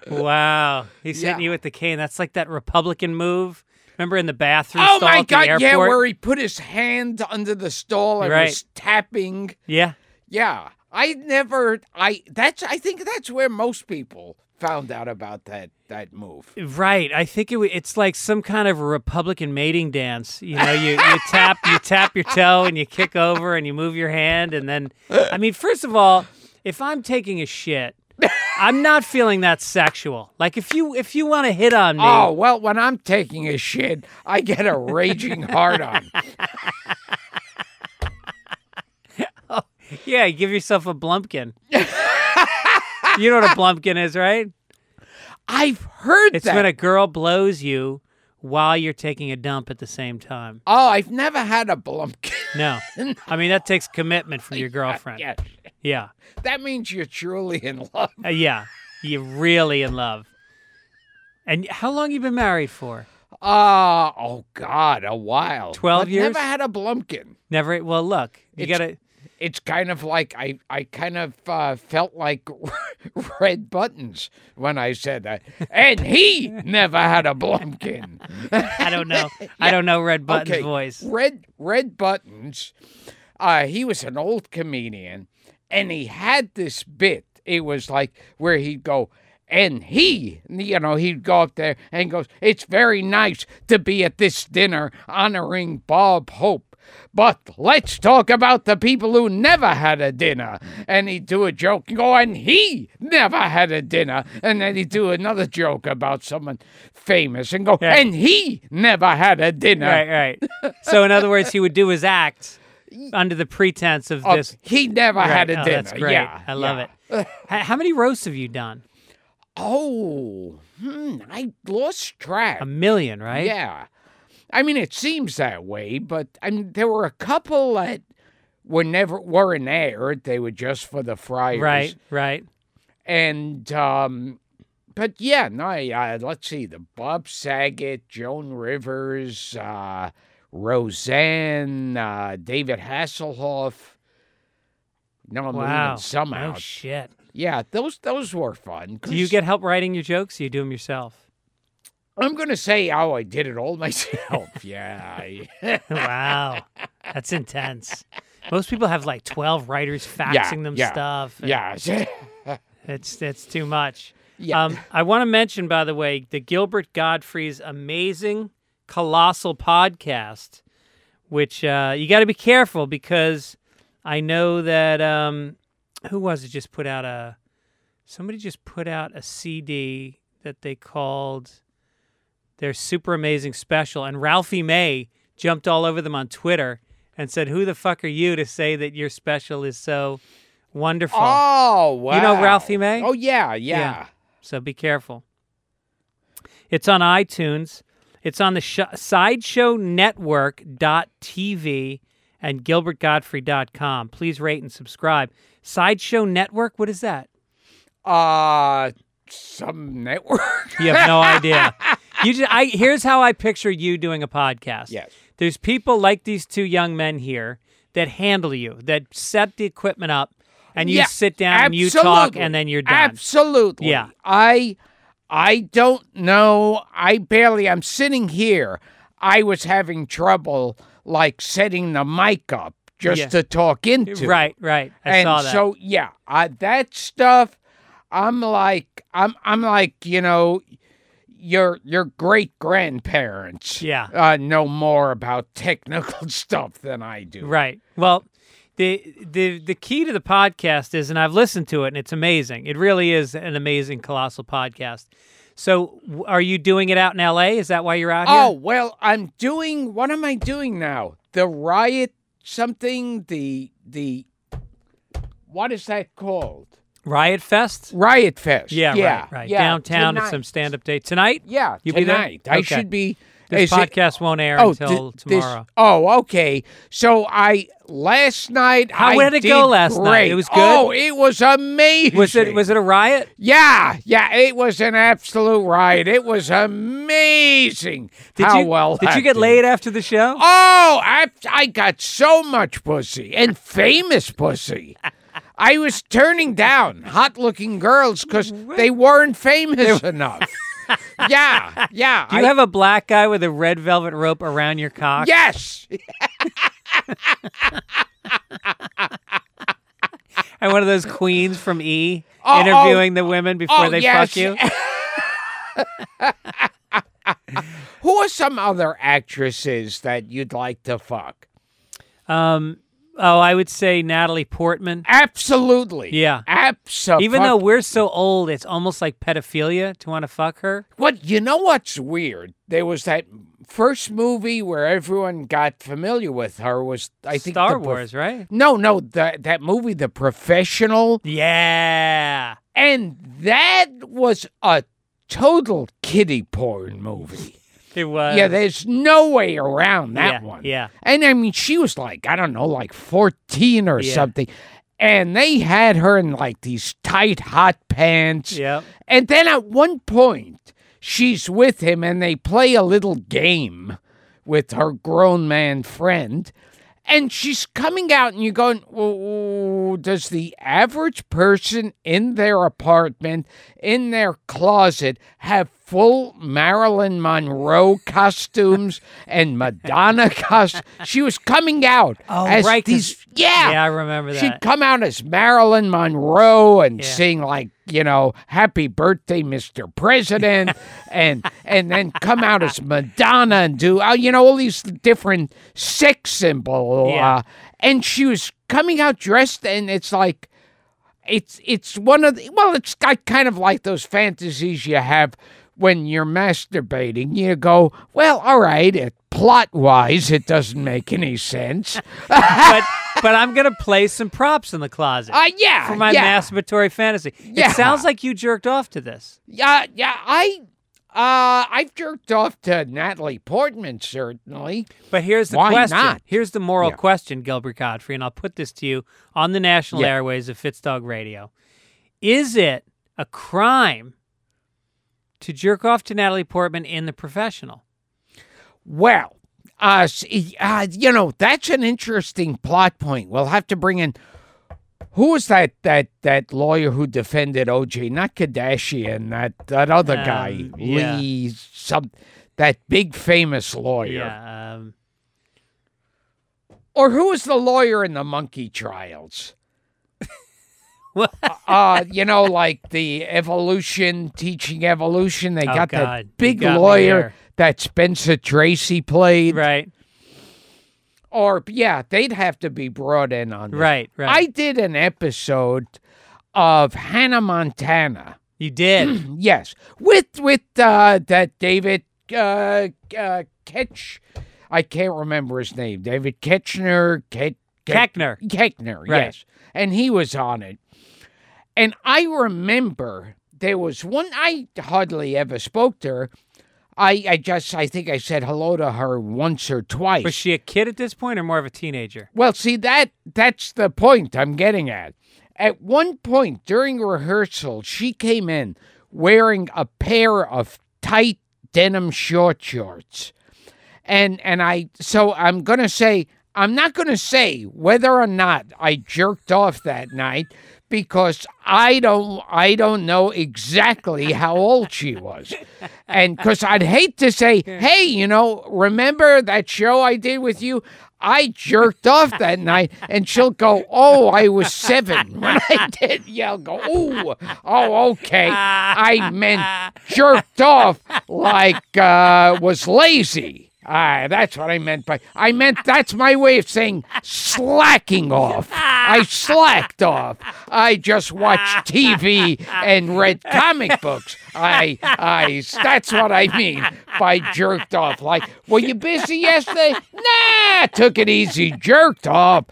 Speaker 1: Wow. He's
Speaker 2: Yeah.
Speaker 1: hitting you with the cane. That's like that Republican move Remember in the bathroom
Speaker 2: Oh
Speaker 1: stall
Speaker 2: my
Speaker 1: at the
Speaker 2: God! Yeah,
Speaker 1: airport?
Speaker 2: where he put his hand under the stall and
Speaker 1: Right.
Speaker 2: was tapping.
Speaker 1: yeah.
Speaker 2: Yeah, I never. I that's. I think that's where most people found out about that that move.
Speaker 1: Right. I think it, wa- it's like some kind of a Republican mating dance. You know, you, you tap you tap your toe and you kick over and you move your hand and then I mean, first of all, if I'm taking a shit, I'm not feeling that sexual. Like if you if you want to hit on me,
Speaker 2: Oh well, when I'm taking a shit, I get a raging hard on.
Speaker 1: yeah, give yourself a blumpkin. you know what a blumpkin is, right?
Speaker 2: I've heard
Speaker 1: It's
Speaker 2: that.
Speaker 1: when a girl blows you while you're taking a dump at the same time.
Speaker 2: oh, I've never had a blumpkin.
Speaker 1: No. I mean, that takes commitment from your girlfriend.
Speaker 2: uh, yeah,
Speaker 1: Yeah.
Speaker 2: that means you're truly in love.
Speaker 1: Uh, yeah, you're really in love. And how long you been married for?
Speaker 2: Ah, oh God, a while.
Speaker 1: 12
Speaker 2: I've
Speaker 1: years?
Speaker 2: Never had a blumpkin.
Speaker 1: Never. Well, look, you
Speaker 2: It's-
Speaker 1: gotta.
Speaker 2: It's kind of like I, I kind of uh, felt like red buttons when I said that. And he never had a blumpkin.
Speaker 1: I don't know. I don't know Red Button's
Speaker 2: Okay,
Speaker 1: voice.
Speaker 2: Red Red Buttons, uh, he was an old comedian, and he had this bit. It was like where he'd go, and he, you know, he'd go up there and goes, "It's very nice to be at this dinner honoring Bob Hope." But let's talk about the people who never had a dinner. And he'd do a joke and go, and he never had a dinner. And then he'd do another joke about someone famous and go,
Speaker 1: Yeah.
Speaker 2: and he never had a dinner.
Speaker 1: Right, right. So in other words, he would do his act under the pretense of
Speaker 2: Oh,
Speaker 1: this.
Speaker 2: he never
Speaker 1: Right,
Speaker 2: had a
Speaker 1: oh,
Speaker 2: dinner.
Speaker 1: That's great.
Speaker 2: Yeah,
Speaker 1: I love
Speaker 2: yeah.
Speaker 1: it. H- How many roasts have you done?
Speaker 2: Oh, hmm, I lost track.
Speaker 1: A million, right?
Speaker 2: Yeah, I mean it seems that way, but I mean there were a couple that were never weren't aired. They were just for the fryers,
Speaker 1: Right, right.
Speaker 2: And um, but yeah, no. I, uh, let's see, the Bob Saget, Joan Rivers, uh, Roseanne, uh, David Hasselhoff. No, I'm
Speaker 1: Wow.
Speaker 2: leaving some
Speaker 1: Oh
Speaker 2: out.
Speaker 1: shit.
Speaker 2: Yeah, those those were fun.
Speaker 1: Do you
Speaker 2: 'cause
Speaker 1: get help writing your jokes? Or you do them yourself?
Speaker 2: I'm gonna say, oh, I did it all myself. yeah, I-
Speaker 1: wow, that's intense. Most people have like twelve writers faxing them
Speaker 2: yeah,
Speaker 1: stuff. and-
Speaker 2: yeah,
Speaker 1: It's it's too much.
Speaker 2: yeah.
Speaker 1: Um, I want to mention, by the way, the Gilbert Godfrey's amazing, colossal podcast, which uh, you got to be careful because I know that um, who was it just put out a somebody just put out a CD that they called their super amazing special, and Ralphie May jumped all over them on Twitter and said, "Who the fuck are you to say that your special is so wonderful?"
Speaker 2: oh, wow.
Speaker 1: You know Ralphie May?
Speaker 2: Oh, yeah,
Speaker 1: Yeah.
Speaker 2: yeah.
Speaker 1: So be careful. It's on iTunes. It's on the sh- sideshownetwork.tv and gilbertgodfrey.com. Please rate and subscribe. Sideshow Network, what is that?
Speaker 2: Uh, some network.
Speaker 1: You have no idea. You just, I, here's how I picture you doing a podcast.
Speaker 2: Yes.
Speaker 1: There's people like these two young men here that handle you, that set the equipment up, and you
Speaker 2: Yeah,
Speaker 1: sit down and you talk,
Speaker 2: absolutely.
Speaker 1: and then you're done.
Speaker 2: Absolutely.
Speaker 1: Yeah.
Speaker 2: I, I don't know. I barely. I'm sitting here. I was having trouble like setting the mic up just
Speaker 1: Yeah.
Speaker 2: to talk into.
Speaker 1: right, right. I
Speaker 2: and
Speaker 1: saw that.
Speaker 2: so yeah, I, that stuff, I'm like, I'm I'm like, you know, your your great grandparents,
Speaker 1: Yeah.
Speaker 2: uh, know more about technical stuff than I do.
Speaker 1: Right. Well, the the the key to the podcast is, and I've listened to it, and it's amazing. It really is an amazing, colossal podcast. So, w- are you doing it out in L.A.? Is that why you're out
Speaker 2: Oh
Speaker 1: here?
Speaker 2: well, I'm doing. What am I doing now? The riot something. The the. What is that called?
Speaker 1: Riot Fest.
Speaker 2: Riot Fest.
Speaker 1: Yeah,
Speaker 2: yeah,
Speaker 1: right, right.
Speaker 2: yeah,
Speaker 1: Downtown at
Speaker 2: tonight.
Speaker 1: some stand-up day tonight.
Speaker 2: Yeah,
Speaker 1: You'll be there?
Speaker 2: tonight. I
Speaker 1: Okay.
Speaker 2: should be.
Speaker 1: This
Speaker 2: is it-
Speaker 1: podcast won't air
Speaker 2: Oh, thi-
Speaker 1: until
Speaker 2: this-
Speaker 1: tomorrow.
Speaker 2: oh, okay. So I last night.
Speaker 1: How-
Speaker 2: I
Speaker 1: where did it go
Speaker 2: did
Speaker 1: last night?
Speaker 2: great.
Speaker 1: It was good?
Speaker 2: Oh, it was amazing.
Speaker 1: was it was it a riot?
Speaker 2: Yeah, yeah. It was an absolute riot. It was amazing.
Speaker 1: Did
Speaker 2: how
Speaker 1: you,
Speaker 2: well
Speaker 1: Did you
Speaker 2: that
Speaker 1: get laid after the show?
Speaker 2: Oh, I, I got so much pussy and famous pussy. I was turning down hot looking girls because they weren't famous enough. yeah, yeah.
Speaker 1: Do you
Speaker 2: I-
Speaker 1: have a black guy with a red velvet rope around your cock?
Speaker 2: yes.
Speaker 1: And one of those queens from E
Speaker 2: Oh, oh,
Speaker 1: interviewing the women before
Speaker 2: oh,
Speaker 1: they
Speaker 2: yes.
Speaker 1: fuck you?
Speaker 2: Who are some other actresses that you'd like to fuck?
Speaker 1: Um, oh, I would say Natalie Portman.
Speaker 2: Absolutely.
Speaker 1: Yeah.
Speaker 2: Absolutely.
Speaker 1: Even though we're so old, it's almost like pedophilia to want to fuck her.
Speaker 2: What you know what's weird? There was that first movie where everyone got familiar with her was I think
Speaker 1: Star
Speaker 2: the Prof-
Speaker 1: Wars, right?
Speaker 2: No, no, that that movie The Professional
Speaker 1: Yeah.
Speaker 2: and that was a total kiddie porn movie.
Speaker 1: It was.
Speaker 2: yeah, there's no way around that
Speaker 1: Uh, yeah,
Speaker 2: one.
Speaker 1: Yeah.
Speaker 2: And I mean she was like, I don't know, like 14 or
Speaker 1: Yeah.
Speaker 2: something. And they had her in like these tight hot pants.
Speaker 1: Yep.
Speaker 2: And then at one point, she's with him and they play a little game with her grown man friend. And she's coming out, and you're going, "Ooh, does the average person in their apartment, in their closet, have full Marilyn Monroe costumes and Madonna costumes? She was coming out
Speaker 1: Oh,
Speaker 2: as
Speaker 1: right, 'cause-
Speaker 2: these, yeah,
Speaker 1: Yeah, I remember that.
Speaker 2: She'd come out as Marilyn Monroe and
Speaker 1: Yeah.
Speaker 2: sing like, you know, "Happy Birthday, Mr. President," and and then come out as Madonna and do, uh, you know, all these different sex symbol.
Speaker 1: Yeah.
Speaker 2: Uh, and she was coming out dressed, and it's like, it's it's one of the well, it's got kind of like those fantasies you have when you're masturbating. You go, well, all right, it, plot wise, it doesn't make any sense.
Speaker 1: but but I'm gonna play some props in the closet
Speaker 2: Uh, yeah,
Speaker 1: for my
Speaker 2: yeah.
Speaker 1: masturbatory fantasy.
Speaker 2: Yeah.
Speaker 1: It sounds like you jerked off to this.
Speaker 2: Yeah, yeah, I, uh, I've jerked off to Natalie Portman certainly.
Speaker 1: But here's the
Speaker 2: Why
Speaker 1: question.
Speaker 2: not?
Speaker 1: Here's the moral
Speaker 2: Yeah.
Speaker 1: question, Gilbert Godfrey, and I'll put this to you on the national
Speaker 2: Yeah.
Speaker 1: airways of Fitzdog Radio. Is it a crime to jerk off to Natalie Portman in The Professional?
Speaker 2: Well, uh, s- uh, you know, that's an interesting plot point. We'll have to bring in who was that that that lawyer who defended OJ? Not Kardashian, that that other guy,
Speaker 1: Um, yeah.
Speaker 2: Lee, some that big famous lawyer,
Speaker 1: Yeah. Um,
Speaker 2: or who was the lawyer in the monkey trials?
Speaker 1: what?
Speaker 2: uh, you know, like the evolution, teaching evolution. They
Speaker 1: Oh,
Speaker 2: got
Speaker 1: God. You
Speaker 2: that big
Speaker 1: got me
Speaker 2: lawyer
Speaker 1: there.
Speaker 2: that Spencer Tracy played.
Speaker 1: right.
Speaker 2: Or, yeah, they'd have to be brought in on this.
Speaker 1: Right. Right.
Speaker 2: I did an episode of Hannah Montana.
Speaker 1: you did.
Speaker 2: Yes. With, with uh, that David uh, uh, Ketch. I can't remember his name. David Ketchner. Ket, Ket-
Speaker 1: Keckner.
Speaker 2: Keckner,
Speaker 1: Right.
Speaker 2: yes. And he was on it. And I remember there was one I hardly ever spoke to her. I, I just I think I said hello to her once or twice.
Speaker 1: Was she a kid at this point or more of a teenager?
Speaker 2: Well, see that that's the point I'm getting at. At one point during rehearsal, she came in wearing a pair of tight denim short shorts. And and I so I'm going to say I'm not going to say whether or not I jerked off that night because I don't I don't know exactly how old she was. And cuz I'd hate to say, "Hey, you know, remember that show I did with you? I jerked off that night." And she'll go, "Oh, I was 7 when I did." Yeah, I'll go, "Ooh. Oh, okay. I meant jerked off like uh was lazy." Ah, that's what I meant by I meant that's my way of saying slacking off. I slacked off. I just watched TV and read comic books. I I that's what I mean by jerked off. Like, were you busy yesterday? Nah, took it easy, jerked off.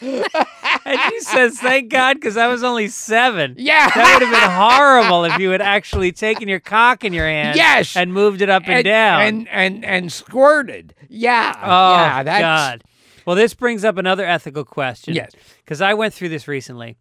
Speaker 1: And she says, "Thank God, because I was only seven.
Speaker 2: Yeah.
Speaker 1: That would have been horrible if you had actually taken your cock in your hand
Speaker 2: Yes.
Speaker 1: and moved it up and, down.
Speaker 2: and and and squirted. Yeah.
Speaker 1: oh,
Speaker 2: yeah, that's
Speaker 1: God. Well, this brings up another ethical question.
Speaker 2: Yes.
Speaker 1: Because I went through this recently.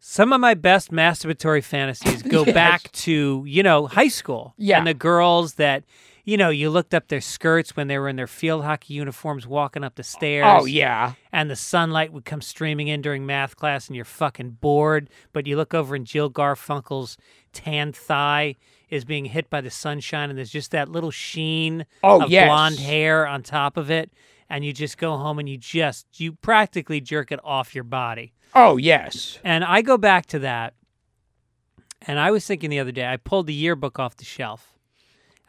Speaker 1: Some of my best masturbatory fantasies go
Speaker 2: Yes.
Speaker 1: back to, you know, high school.
Speaker 2: Yeah.
Speaker 1: And the girls that you know, you looked up their skirts when they were in their field hockey uniforms walking up the stairs.
Speaker 2: Oh yeah.
Speaker 1: And the sunlight would come streaming in during math class and you're fucking bored. But you look over and Jill Garfunkel's tan thigh is being hit by the sunshine and there's just that little sheen
Speaker 2: Oh
Speaker 1: of
Speaker 2: yes.
Speaker 1: blonde hair on top of it. And you just go home and you just, you practically jerk it off your body.
Speaker 2: Oh yes.
Speaker 1: And I go back to that. And I was thinking the other day, I pulled the yearbook off the shelf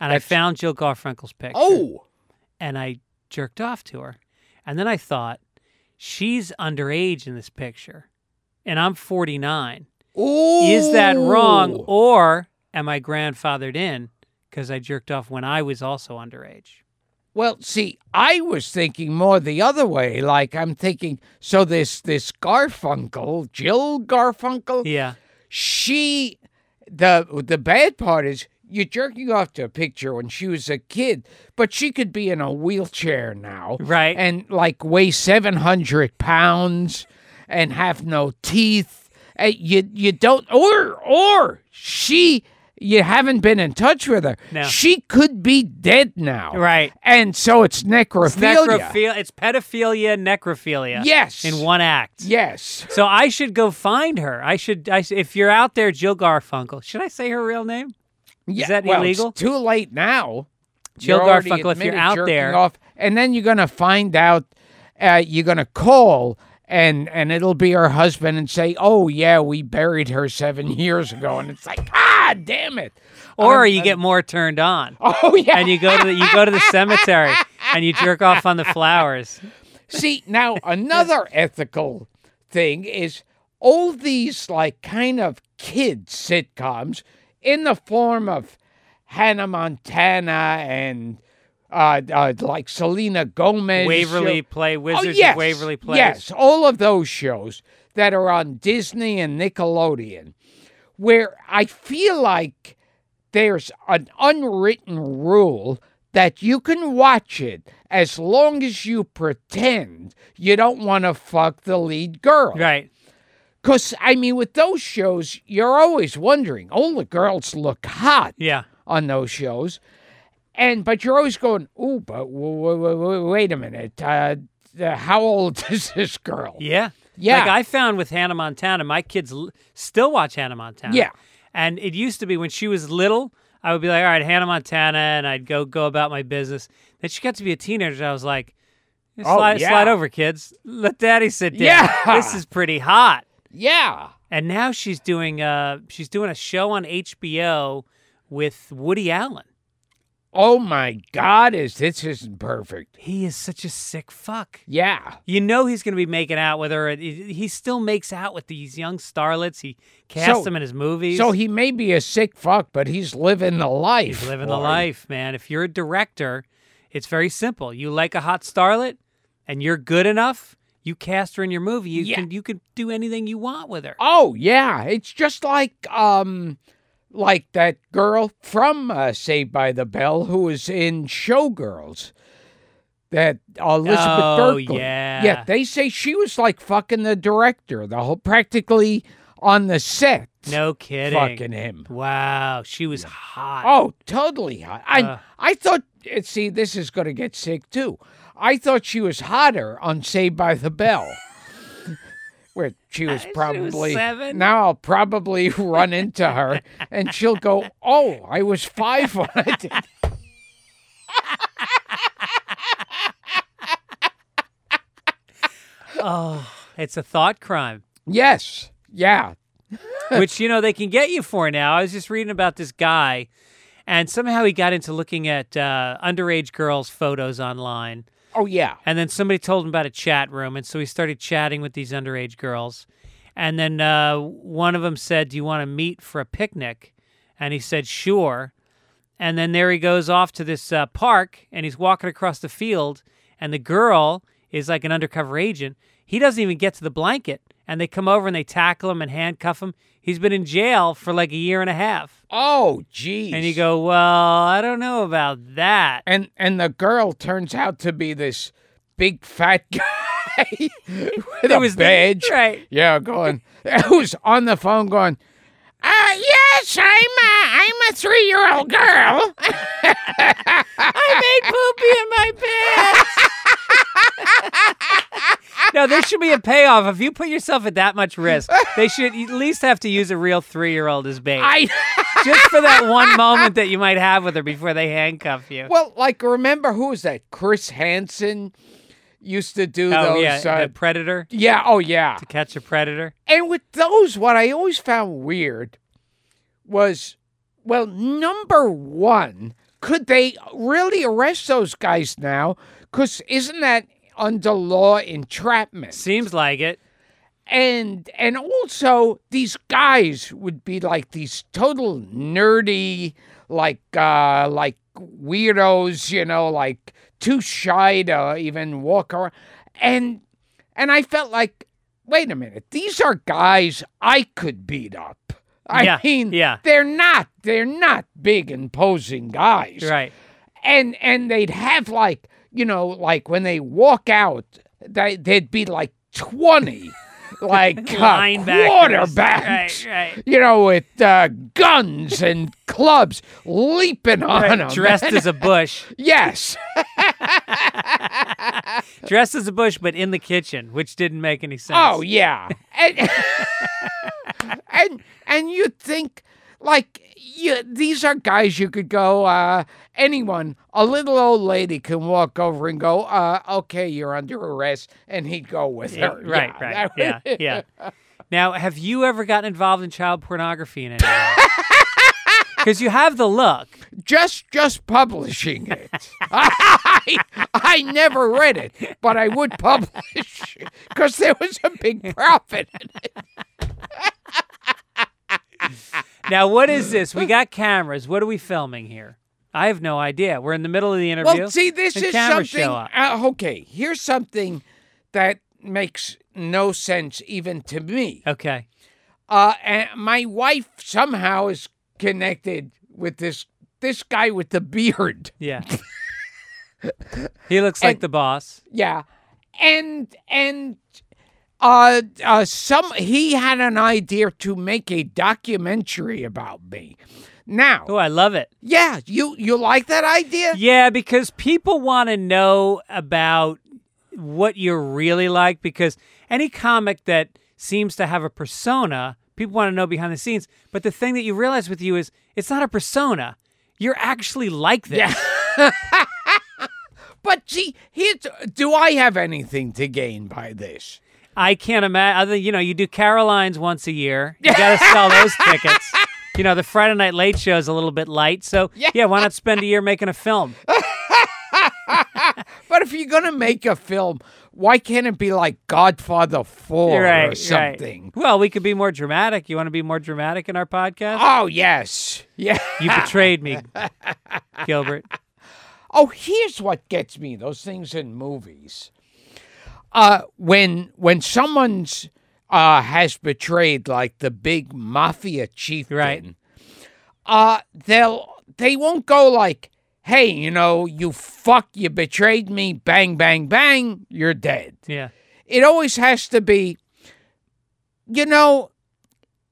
Speaker 1: and I
Speaker 2: That's-
Speaker 1: found Jill Garfunkel's picture.
Speaker 2: Oh.
Speaker 1: And I jerked off to her. And then I thought, she's underage in this picture. And I'm 49.
Speaker 2: Ooh.
Speaker 1: Is that wrong? Or am I grandfathered in because I jerked off when I was also underage?
Speaker 2: Well, see, I was thinking more the other way. Like I'm thinking, so this this Garfunkel, Jill Garfunkel,
Speaker 1: Yeah.
Speaker 2: she the the bad part is you're jerking off to a picture when she was a kid, but she could be in a wheelchair now.
Speaker 1: Right.
Speaker 2: And like weigh seven hundred pounds and have no teeth. And you you don't or or she you haven't been in touch with her.
Speaker 1: No.
Speaker 2: She could be dead now.
Speaker 1: Right.
Speaker 2: And so it's necrophilia.
Speaker 1: Necrophilia. It's pedophilia, necrophilia.
Speaker 2: Yes.
Speaker 1: In one act.
Speaker 2: Yes.
Speaker 1: So I should go find her. I should. I sh- if you're out there, Jill Garfunkel. Should I say her real name?
Speaker 2: Yeah,
Speaker 1: that
Speaker 2: well, it's
Speaker 1: illegal?
Speaker 2: too late now.
Speaker 1: Jill
Speaker 2: You're already
Speaker 1: Garfunkel, if you're
Speaker 2: admitted
Speaker 1: out
Speaker 2: jerking
Speaker 1: there-
Speaker 2: off, and then you're gonna find out. Uh, you're gonna call, and and it'll be her husband, and say, "Oh yeah, we buried her seven years ago," and it's like, ah, damn it.
Speaker 1: Or
Speaker 2: I'm-
Speaker 1: you get more turned on,
Speaker 2: Oh yeah.
Speaker 1: and you go to the, you go to the cemetery and you jerk off on the flowers.
Speaker 2: See, now another ethical thing is all these like kind of kid sitcoms in the form of Hannah Montana and uh, uh, like Selena Gomez,
Speaker 1: Waverly
Speaker 2: show-
Speaker 1: play
Speaker 2: Oh,
Speaker 1: Wizards
Speaker 2: yes,
Speaker 1: of Waverly Place.
Speaker 2: Yes, all of those shows that are on Disney and Nickelodeon, where I feel like there's an unwritten rule that you can watch it as long as you pretend you don't want to fuck the lead girl.
Speaker 1: Right.
Speaker 2: Because, I mean, with those shows, you're always wondering, all the girls look hot
Speaker 1: Yeah.
Speaker 2: on those shows, and but you're always going, "Ooh, but w- w- w- wait a minute, uh, uh, how old is this girl?"
Speaker 1: Yeah.
Speaker 2: Yeah.
Speaker 1: Like I found with Hannah Montana, my kids l- still watch Hannah Montana.
Speaker 2: Yeah.
Speaker 1: And it used to be when she was little, I would be like, all right, Hannah Montana, and I'd go go about my business. Then she got to be a teenager, and I was like,
Speaker 2: Oh,
Speaker 1: slide,
Speaker 2: yeah.
Speaker 1: slide over, kids. Let daddy sit down.
Speaker 2: Yeah.
Speaker 1: This is pretty hot.
Speaker 2: Yeah.
Speaker 1: And now she's doing uh she's doing a show on HBO with Woody Allen.
Speaker 2: Oh my God, is this isn't perfect?
Speaker 1: He is such a sick fuck.
Speaker 2: Yeah.
Speaker 1: You know he's going to be making out with her. He he still makes out with these young starlets. He casts
Speaker 2: So-
Speaker 1: them in his movies.
Speaker 2: So he may be a sick fuck, but he's living the life.
Speaker 1: He's living the
Speaker 2: Lord.
Speaker 1: life, man. If you're a director, it's very simple. You like a hot starlet, and you're good enough. You cast her in your movie. You
Speaker 2: Yeah.
Speaker 1: can you can do anything you want with her.
Speaker 2: Oh yeah, it's just like um, like that girl from uh, Saved by the Bell who was in Showgirls. That Elizabeth
Speaker 1: Oh,
Speaker 2: Berkley.
Speaker 1: yeah.
Speaker 2: yeah. They say she was like fucking the director, the whole practically on the set.
Speaker 1: No kidding.
Speaker 2: fucking him.
Speaker 1: Wow, she was hot.
Speaker 2: Oh, totally hot. I
Speaker 1: Uh.
Speaker 2: I thought. eh, See, this is gonna get sick too. I thought she was hotter on Saved by the Bell. Where she was
Speaker 1: She was
Speaker 2: probably
Speaker 1: seven.
Speaker 2: now I'll probably run into her and she'll go, Oh, I was five when I did.
Speaker 1: Oh, it's a thought crime,
Speaker 2: Yes. Yeah.
Speaker 1: which you know they can get you for now. I was just reading about this guy, and somehow he got into looking at uh, underage girls' photos online.
Speaker 2: Oh yeah.
Speaker 1: And then somebody told him about a chat room, and so he started chatting with these underage girls. And then uh, one of them said, "Do you want to meet for a picnic?" And he said, "Sure." And then there he goes off to this uh, park, and he's walking across the field, and the girl is like an undercover agent. He doesn't even get to the blanket, and they come over and they tackle him and handcuff him. He's been in jail for like a year and a half.
Speaker 2: Oh geez.
Speaker 1: And you go, "Well, I don't know about that."
Speaker 2: and and the girl turns out to be this big fat guy with a
Speaker 1: was the-
Speaker 2: badge.
Speaker 1: right.
Speaker 2: Yeah, going. Who's on the phone going? Uh, yes, I'm a, I'm a three year old girl.
Speaker 1: poopy in my pants. no, there should be a payoff. If you put yourself at that much risk, they should at least have to use a real three year old as bait.
Speaker 2: I
Speaker 1: just for that one moment that you might have with her before they handcuff you.
Speaker 2: well, like remember who was that? Chris Hansen used to do
Speaker 1: oh,
Speaker 2: those.
Speaker 1: yeah.
Speaker 2: uh,
Speaker 1: the predator.
Speaker 2: yeah. Oh yeah.
Speaker 1: To catch a predator.
Speaker 2: And with those, what I always found weird was, well, number one, could they really arrest those guys now? Because isn't that under law entrapment?
Speaker 1: Seems like it.
Speaker 2: and and also these guys would be like these total nerdy like uh like weirdos you know like too shy to even walk around and and i felt like wait a minute these are guys i could beat up i
Speaker 1: Yeah,
Speaker 2: mean
Speaker 1: yeah.
Speaker 2: they're not they're not big imposing guys
Speaker 1: You're right.
Speaker 2: and and they'd have like you know like when they walk out they there'd be like 20 like uh,
Speaker 1: Linebackers.
Speaker 2: quarterbacks
Speaker 1: Right, right.
Speaker 2: you know with uh, guns and clubs leaping on
Speaker 1: Right,
Speaker 2: them
Speaker 1: Dressed as a bush.
Speaker 2: yes
Speaker 1: Dressed as a bush, but in the kitchen, which didn't make any sense.
Speaker 2: oh yeah and and, and you think like you, these are guys you could go uh, anyone a little old lady can walk over and go uh, okay you're under arrest and he'd go with
Speaker 1: Yeah,
Speaker 2: her
Speaker 1: right,
Speaker 2: Yeah,
Speaker 1: right.
Speaker 2: that would-
Speaker 1: Yeah, yeah. Now, have you ever gotten involved in child pornography in any way? Because you have the look.
Speaker 2: just just publishing it. I, I never read it, but I would publish because there was a big profit. in it.
Speaker 1: Now, what is this? We got cameras. What are we filming here? I have no idea. We're in the middle of the interview.
Speaker 2: Well, see, this
Speaker 1: and
Speaker 2: is
Speaker 1: cameras
Speaker 2: something.
Speaker 1: Show up.
Speaker 2: Uh, okay, here's something that makes no sense even to me.
Speaker 1: Okay.
Speaker 2: Uh, and my wife somehow is connected with this this guy with the beard.
Speaker 1: Yeah. he looks like
Speaker 2: And-
Speaker 1: the boss.
Speaker 2: Yeah, and and uh, uh, some he had an idea to make a documentary about me. Now,
Speaker 1: Oh, I love it.
Speaker 2: yeah, you you like that idea?
Speaker 1: Yeah, because people want to know about what you're really like. Because any comic that seems to have a persona, people want to know behind the scenes. But the thing that you realize with you is it's not a persona. You're actually like this.
Speaker 2: Yeah. But see, here's, do I have anything to gain by this?
Speaker 1: I can't imagine. Other, you know, you do Caroline's once a year. You got to sell those tickets. You know, the Friday Night Late Show is a little bit light. So yeah, why not spend a year making a film?
Speaker 2: But if you're gonna make a film, why can't it be like Godfather Four or something?
Speaker 1: Well, we could be more dramatic. You want to be more dramatic in our podcast?
Speaker 2: Oh yes, yeah.
Speaker 1: You betrayed me, Gilbert.
Speaker 2: Oh, here's what gets me: those things in movies. Uh, when when someone's uh, has betrayed like the big mafia chieftain,
Speaker 1: Right.
Speaker 2: Uh, they'll they won't go like, "Hey, you know, you fuck, you betrayed me, bang, bang, bang, you're dead."
Speaker 1: Yeah.
Speaker 2: It always has to be, you know.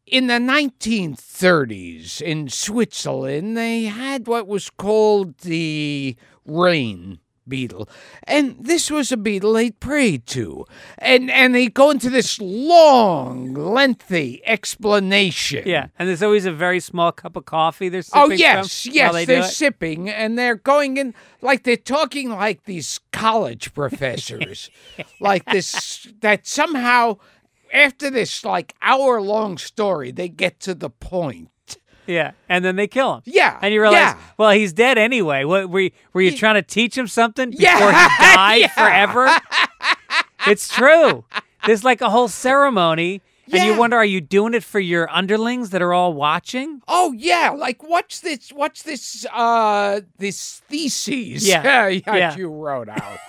Speaker 2: In the 1930s in Switzerland, they had what was called the rain beetle. And this was a beetle they'd prayed to. And and they go into this long, lengthy explanation.
Speaker 1: Yeah. And there's always a very small cup of coffee they're sipping
Speaker 2: Oh yes,
Speaker 1: from
Speaker 2: yes,
Speaker 1: while they do
Speaker 2: are
Speaker 1: it.
Speaker 2: sipping and they're going in like they're talking like these college professors, like this that somehow after this like hour long story they get to the point.
Speaker 1: Yeah. And then they kill him.
Speaker 2: Yeah,
Speaker 1: And you realize,
Speaker 2: yeah.
Speaker 1: well, he's dead anyway. What were you, were you trying to teach him something before
Speaker 2: Yeah,
Speaker 1: he died
Speaker 2: yeah.
Speaker 1: forever? it's true. There's like a whole ceremony, and
Speaker 2: Yeah.
Speaker 1: you wonder, are you doing it for your underlings that are all watching?
Speaker 2: Oh yeah, like what's this? What's this? Uh, this thesis?
Speaker 1: Yeah,
Speaker 2: that
Speaker 1: yeah.
Speaker 2: you wrote out.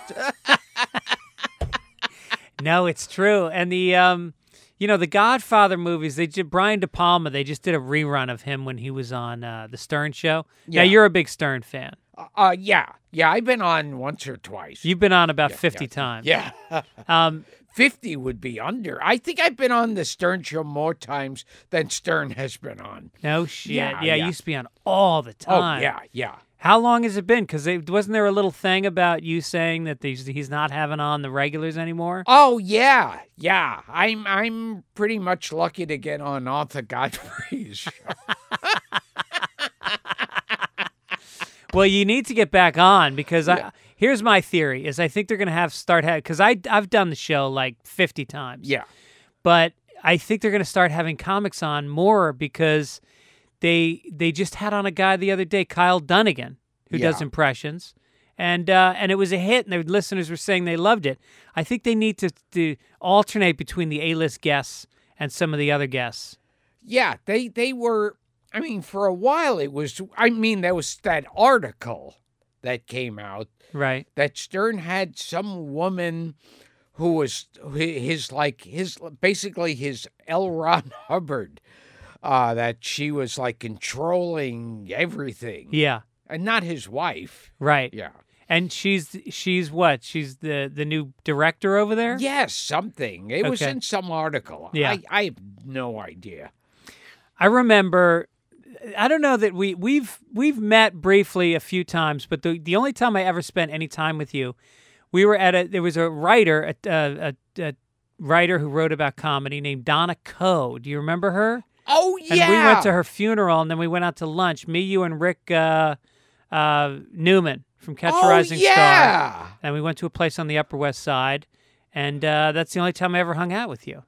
Speaker 1: No, it's true. And the um, you know, the Godfather movies. They did Brian De Palma. They just did a rerun of him when he was on uh, the Stern Show.
Speaker 2: Yeah.
Speaker 1: Now you're a big Stern fan.
Speaker 2: uh, yeah, yeah. I've been on once or twice.
Speaker 1: You've been on about fifty times.
Speaker 2: yeah,
Speaker 1: Um,
Speaker 2: 50 would be under. I think I've been on the Stern show more times than Stern has been on.
Speaker 1: no shit.
Speaker 2: Yeah,
Speaker 1: Yeah,
Speaker 2: yeah.
Speaker 1: you used to be on all the
Speaker 2: Oh,
Speaker 1: time.
Speaker 2: yeah, yeah.
Speaker 1: How long has it been? Because wasn't there a little thing about you saying that these, he's not having on the regulars anymore?
Speaker 2: Oh yeah, yeah. I'm I'm pretty much lucky to get on Arthur Godfrey's show.
Speaker 1: Well, you need to get back on because I, here's my theory: is I think they're going to have start having because I I've done the show like 50 times,
Speaker 2: yeah,
Speaker 1: but I think they're going to start having comics on more because they they just had on a guy the other day, Kyle Dunnigan, who does
Speaker 2: Yeah.
Speaker 1: impressions, and uh, and it was a hit, and their listeners were saying they loved it. I think they need to to alternate between the A-list guests and some of the other guests.
Speaker 2: yeah. They they were. I mean, for a while it was. I mean, there was that article that came out
Speaker 1: Right.
Speaker 2: that Stern had some woman who was hi- his like his basically his L. Ron Hubbard. Uh, that she was like controlling everything,
Speaker 1: Yeah.
Speaker 2: and not his wife.
Speaker 1: Right.
Speaker 2: Mm. Yeah.
Speaker 1: And she's she's what? She's the the new director over there?
Speaker 2: Yes, something. It was
Speaker 1: Okay.
Speaker 2: in some article.
Speaker 1: Yeah.
Speaker 2: I, I have no idea.
Speaker 1: I remember I don't know that we we've we've met briefly a few times, but the the only time I ever spent any time with you, we were at a there was a writer a a, a, a writer who wrote about comedy named Donna Coe. Do you remember her?
Speaker 2: Oh yeah.
Speaker 1: And we went to her funeral, and then we went out to lunch. Me, you, and Rick uh, uh, Newman from Catch a
Speaker 2: oh,
Speaker 1: Rising Star.
Speaker 2: yeah.
Speaker 1: and we went to a place on the Upper West Side, and uh, that's the only time I ever hung out with you.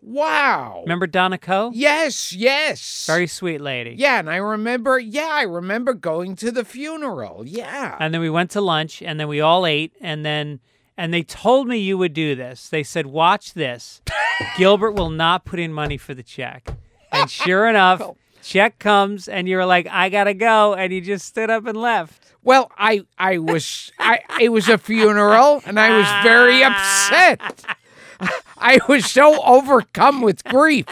Speaker 2: Wow.
Speaker 1: Remember Donna Coe?
Speaker 2: Yes, yes.
Speaker 1: Very sweet lady.
Speaker 2: yeah, and I remember yeah, I remember going to the funeral. Yeah.
Speaker 1: And then we went to lunch, and then we all ate, and then and they told me you would do this. They said, "Watch this. Gilbert will not put in money for the check." And sure enough,
Speaker 2: Oh.
Speaker 1: check comes, and you were like, "I gotta go," and you just stood up and left.
Speaker 2: well, I I was I it was a funeral and I was very upset. I was so overcome with grief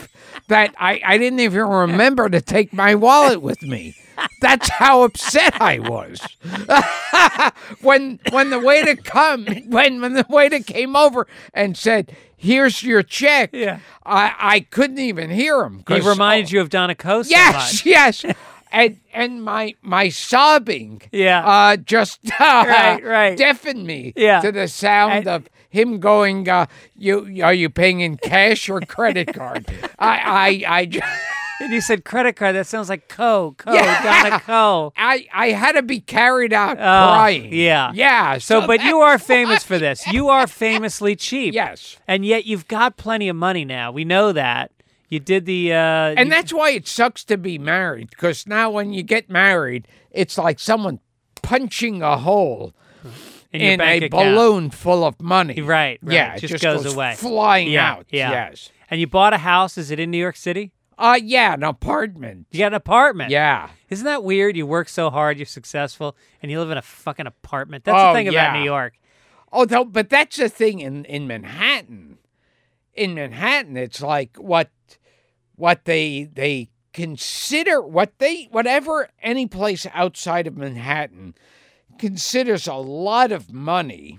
Speaker 2: that I, I didn't even remember to take my wallet with me. That's how upset I was. when when the waiter come when when the waiter came over and said, "Here's your check,"
Speaker 1: Yeah.
Speaker 2: I, I couldn't even hear him.
Speaker 1: He
Speaker 2: 'cause-
Speaker 1: reminded you of Donna Coe so much.
Speaker 2: Yes, yes. And and my my sobbing
Speaker 1: Yeah.
Speaker 2: uh just uh,
Speaker 1: Right, right.
Speaker 2: deafened me
Speaker 1: Yeah.
Speaker 2: to the sound
Speaker 1: And-
Speaker 2: of him going uh you are you paying in cash or credit card? I I I ju-
Speaker 1: And you said credit card. That sounds like Coe, Coe,
Speaker 2: Yeah.
Speaker 1: Donna Coe.
Speaker 2: I I had to be carried out
Speaker 1: Oh,
Speaker 2: crying.
Speaker 1: yeah.
Speaker 2: Yeah.
Speaker 1: So, but you
Speaker 2: that's
Speaker 1: are famous for this. You are famously cheap.
Speaker 2: Yes.
Speaker 1: And yet you've got plenty of money now. We know that. You did the uh
Speaker 2: And
Speaker 1: you-
Speaker 2: that's why it sucks to be married, because now when you get married, it's like someone punching a hole
Speaker 1: in your
Speaker 2: in
Speaker 1: bank
Speaker 2: a
Speaker 1: account.
Speaker 2: balloon full of money.
Speaker 1: Right, right.
Speaker 2: Yeah,
Speaker 1: It
Speaker 2: it
Speaker 1: just
Speaker 2: just,
Speaker 1: goes away.
Speaker 2: flying
Speaker 1: Yeah,
Speaker 2: out.
Speaker 1: yeah.
Speaker 2: Yes.
Speaker 1: And you bought a house. Is it in New York City?
Speaker 2: Uh yeah, an apartment.
Speaker 1: You got an apartment.
Speaker 2: Yeah.
Speaker 1: Isn't that weird? You work so hard, you're successful, and you live in a fucking apartment. That's
Speaker 2: Oh,
Speaker 1: the thing about
Speaker 2: yeah.
Speaker 1: New York.
Speaker 2: Although Oh, but that's the thing in in Manhattan. In Manhattan it's like what what they they consider what they whatever any place outside of Manhattan considers a lot of money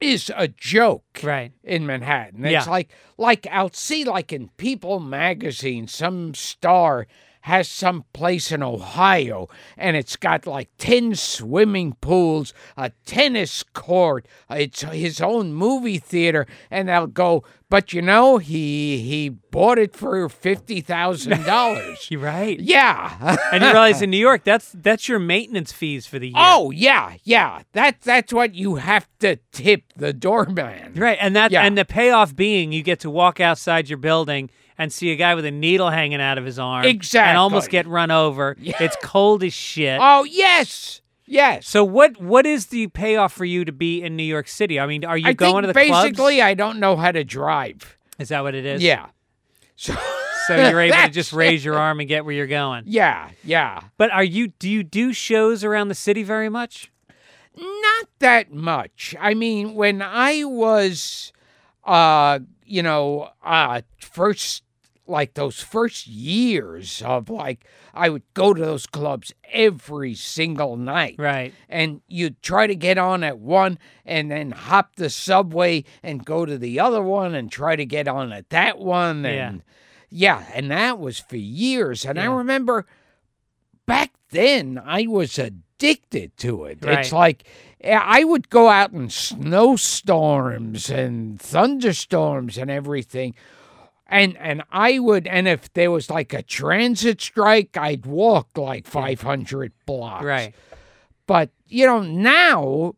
Speaker 2: is a joke.
Speaker 1: Right.
Speaker 2: in Manhattan.
Speaker 1: Yeah.
Speaker 2: It's like like I'll see like in People magazine, some star has some place in Ohio and it's got like 10 swimming pools, a tennis court, it's his own movie theater and they'll go, but you know, he he bought it for $50,000.
Speaker 1: You're right.
Speaker 2: yeah.
Speaker 1: and you realize in New York, that's that's your maintenance fees for the year.
Speaker 2: Oh yeah, yeah. That that's what you have to tip the doorman.
Speaker 1: Right, and that
Speaker 2: Yeah.
Speaker 1: and the payoff being you get to walk outside your building and see a guy with a needle hanging out of his arm, and almost
Speaker 2: Exactly.
Speaker 1: get run over. It's cold as shit.
Speaker 2: Oh yes. Yes.
Speaker 1: So what what is the payoff for you to be in New York City? I mean, are you
Speaker 2: I
Speaker 1: going
Speaker 2: think
Speaker 1: to the
Speaker 2: basically
Speaker 1: clubs?
Speaker 2: I don't know how to drive.
Speaker 1: Is that what it is?
Speaker 2: Yeah.
Speaker 1: So you're able to
Speaker 2: That's
Speaker 1: just
Speaker 2: it.
Speaker 1: raise your arm and get where you're going.
Speaker 2: Yeah, yeah.
Speaker 1: But are you do you do shows around the city very much?
Speaker 2: Not that much. I mean, when I was uh, you know, uh first like those first years of like I would go to those clubs every single night.
Speaker 1: Right.
Speaker 2: and you'd try to get on at one and then hop the subway and go to the other one and try to get on at that one
Speaker 1: Yeah.
Speaker 2: and yeah, and that was for years and
Speaker 1: Yeah.
Speaker 2: i remember back then I was addicted to it.
Speaker 1: Right.
Speaker 2: It's like eh, I would go out in snowstorms and thunderstorms and everything. And and I would and if there was like a transit strike, I'd walk like 500 blocks.
Speaker 1: Right.
Speaker 2: But you know, now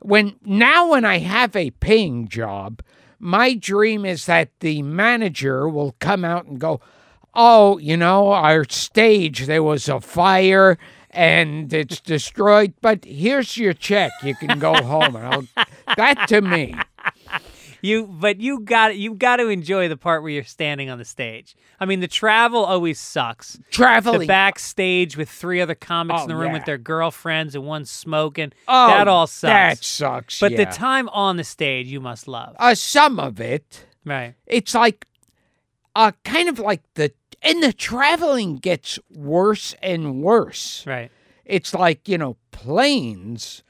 Speaker 2: when now when I have a paying job, my dream is that the manager will come out and go, "Oh, you know, our stage there was a fire and it's destroyed, but here's your check. You can go home." And I'll, that to me,
Speaker 1: You but you got you got to enjoy the part where you're standing on the stage. I mean, the travel always sucks.
Speaker 2: traveling
Speaker 1: The backstage with three other comics
Speaker 2: Oh,
Speaker 1: in the room
Speaker 2: yeah.
Speaker 1: with their girlfriends and one smoking.
Speaker 2: oh,
Speaker 1: that all sucks.
Speaker 2: That sucks.
Speaker 1: but the
Speaker 2: yeah.
Speaker 1: time on the stage you must love.
Speaker 2: uh, some of it.
Speaker 1: right.
Speaker 2: it's like uh kind of like the and the traveling gets worse and worse
Speaker 1: Right.
Speaker 2: it's like you know planes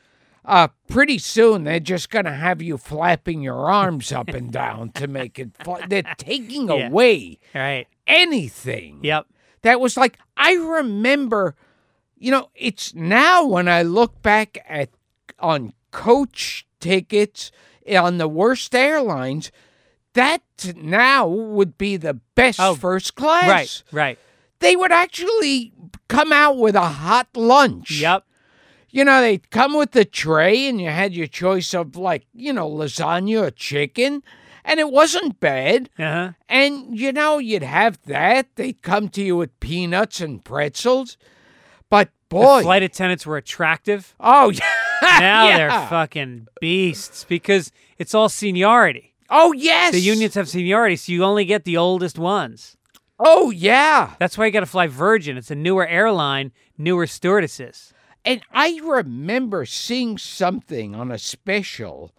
Speaker 2: uh pretty soon they're just gonna have you flapping your arms up and down to make it fly. they're taking
Speaker 1: Yeah.
Speaker 2: away
Speaker 1: Right.
Speaker 2: anything
Speaker 1: Yep.
Speaker 2: that was like i remember you know it's now when i look back at on coach tickets on the worst airlines that now would be the best
Speaker 1: Oh,
Speaker 2: first class
Speaker 1: Right. Right.
Speaker 2: they would actually come out with a hot lunch
Speaker 1: Yep.
Speaker 2: you know they'd come with the tray and you had your choice of like you know lasagna or chicken and it wasn't bad
Speaker 1: Uh huh.
Speaker 2: and you know, you'd have that. They'd come to you with peanuts and pretzels. But boy,
Speaker 1: The flight attendants were attractive.
Speaker 2: oh yeah,
Speaker 1: Now
Speaker 2: yeah.
Speaker 1: they're fucking beasts because it's all seniority.
Speaker 2: oh yes,
Speaker 1: The unions have seniority, so you only get the oldest ones.
Speaker 2: Oh yeah,
Speaker 1: That's why you got to fly Virgin. It's a newer airline, newer stewardesses.
Speaker 2: and I remember seeing something on a special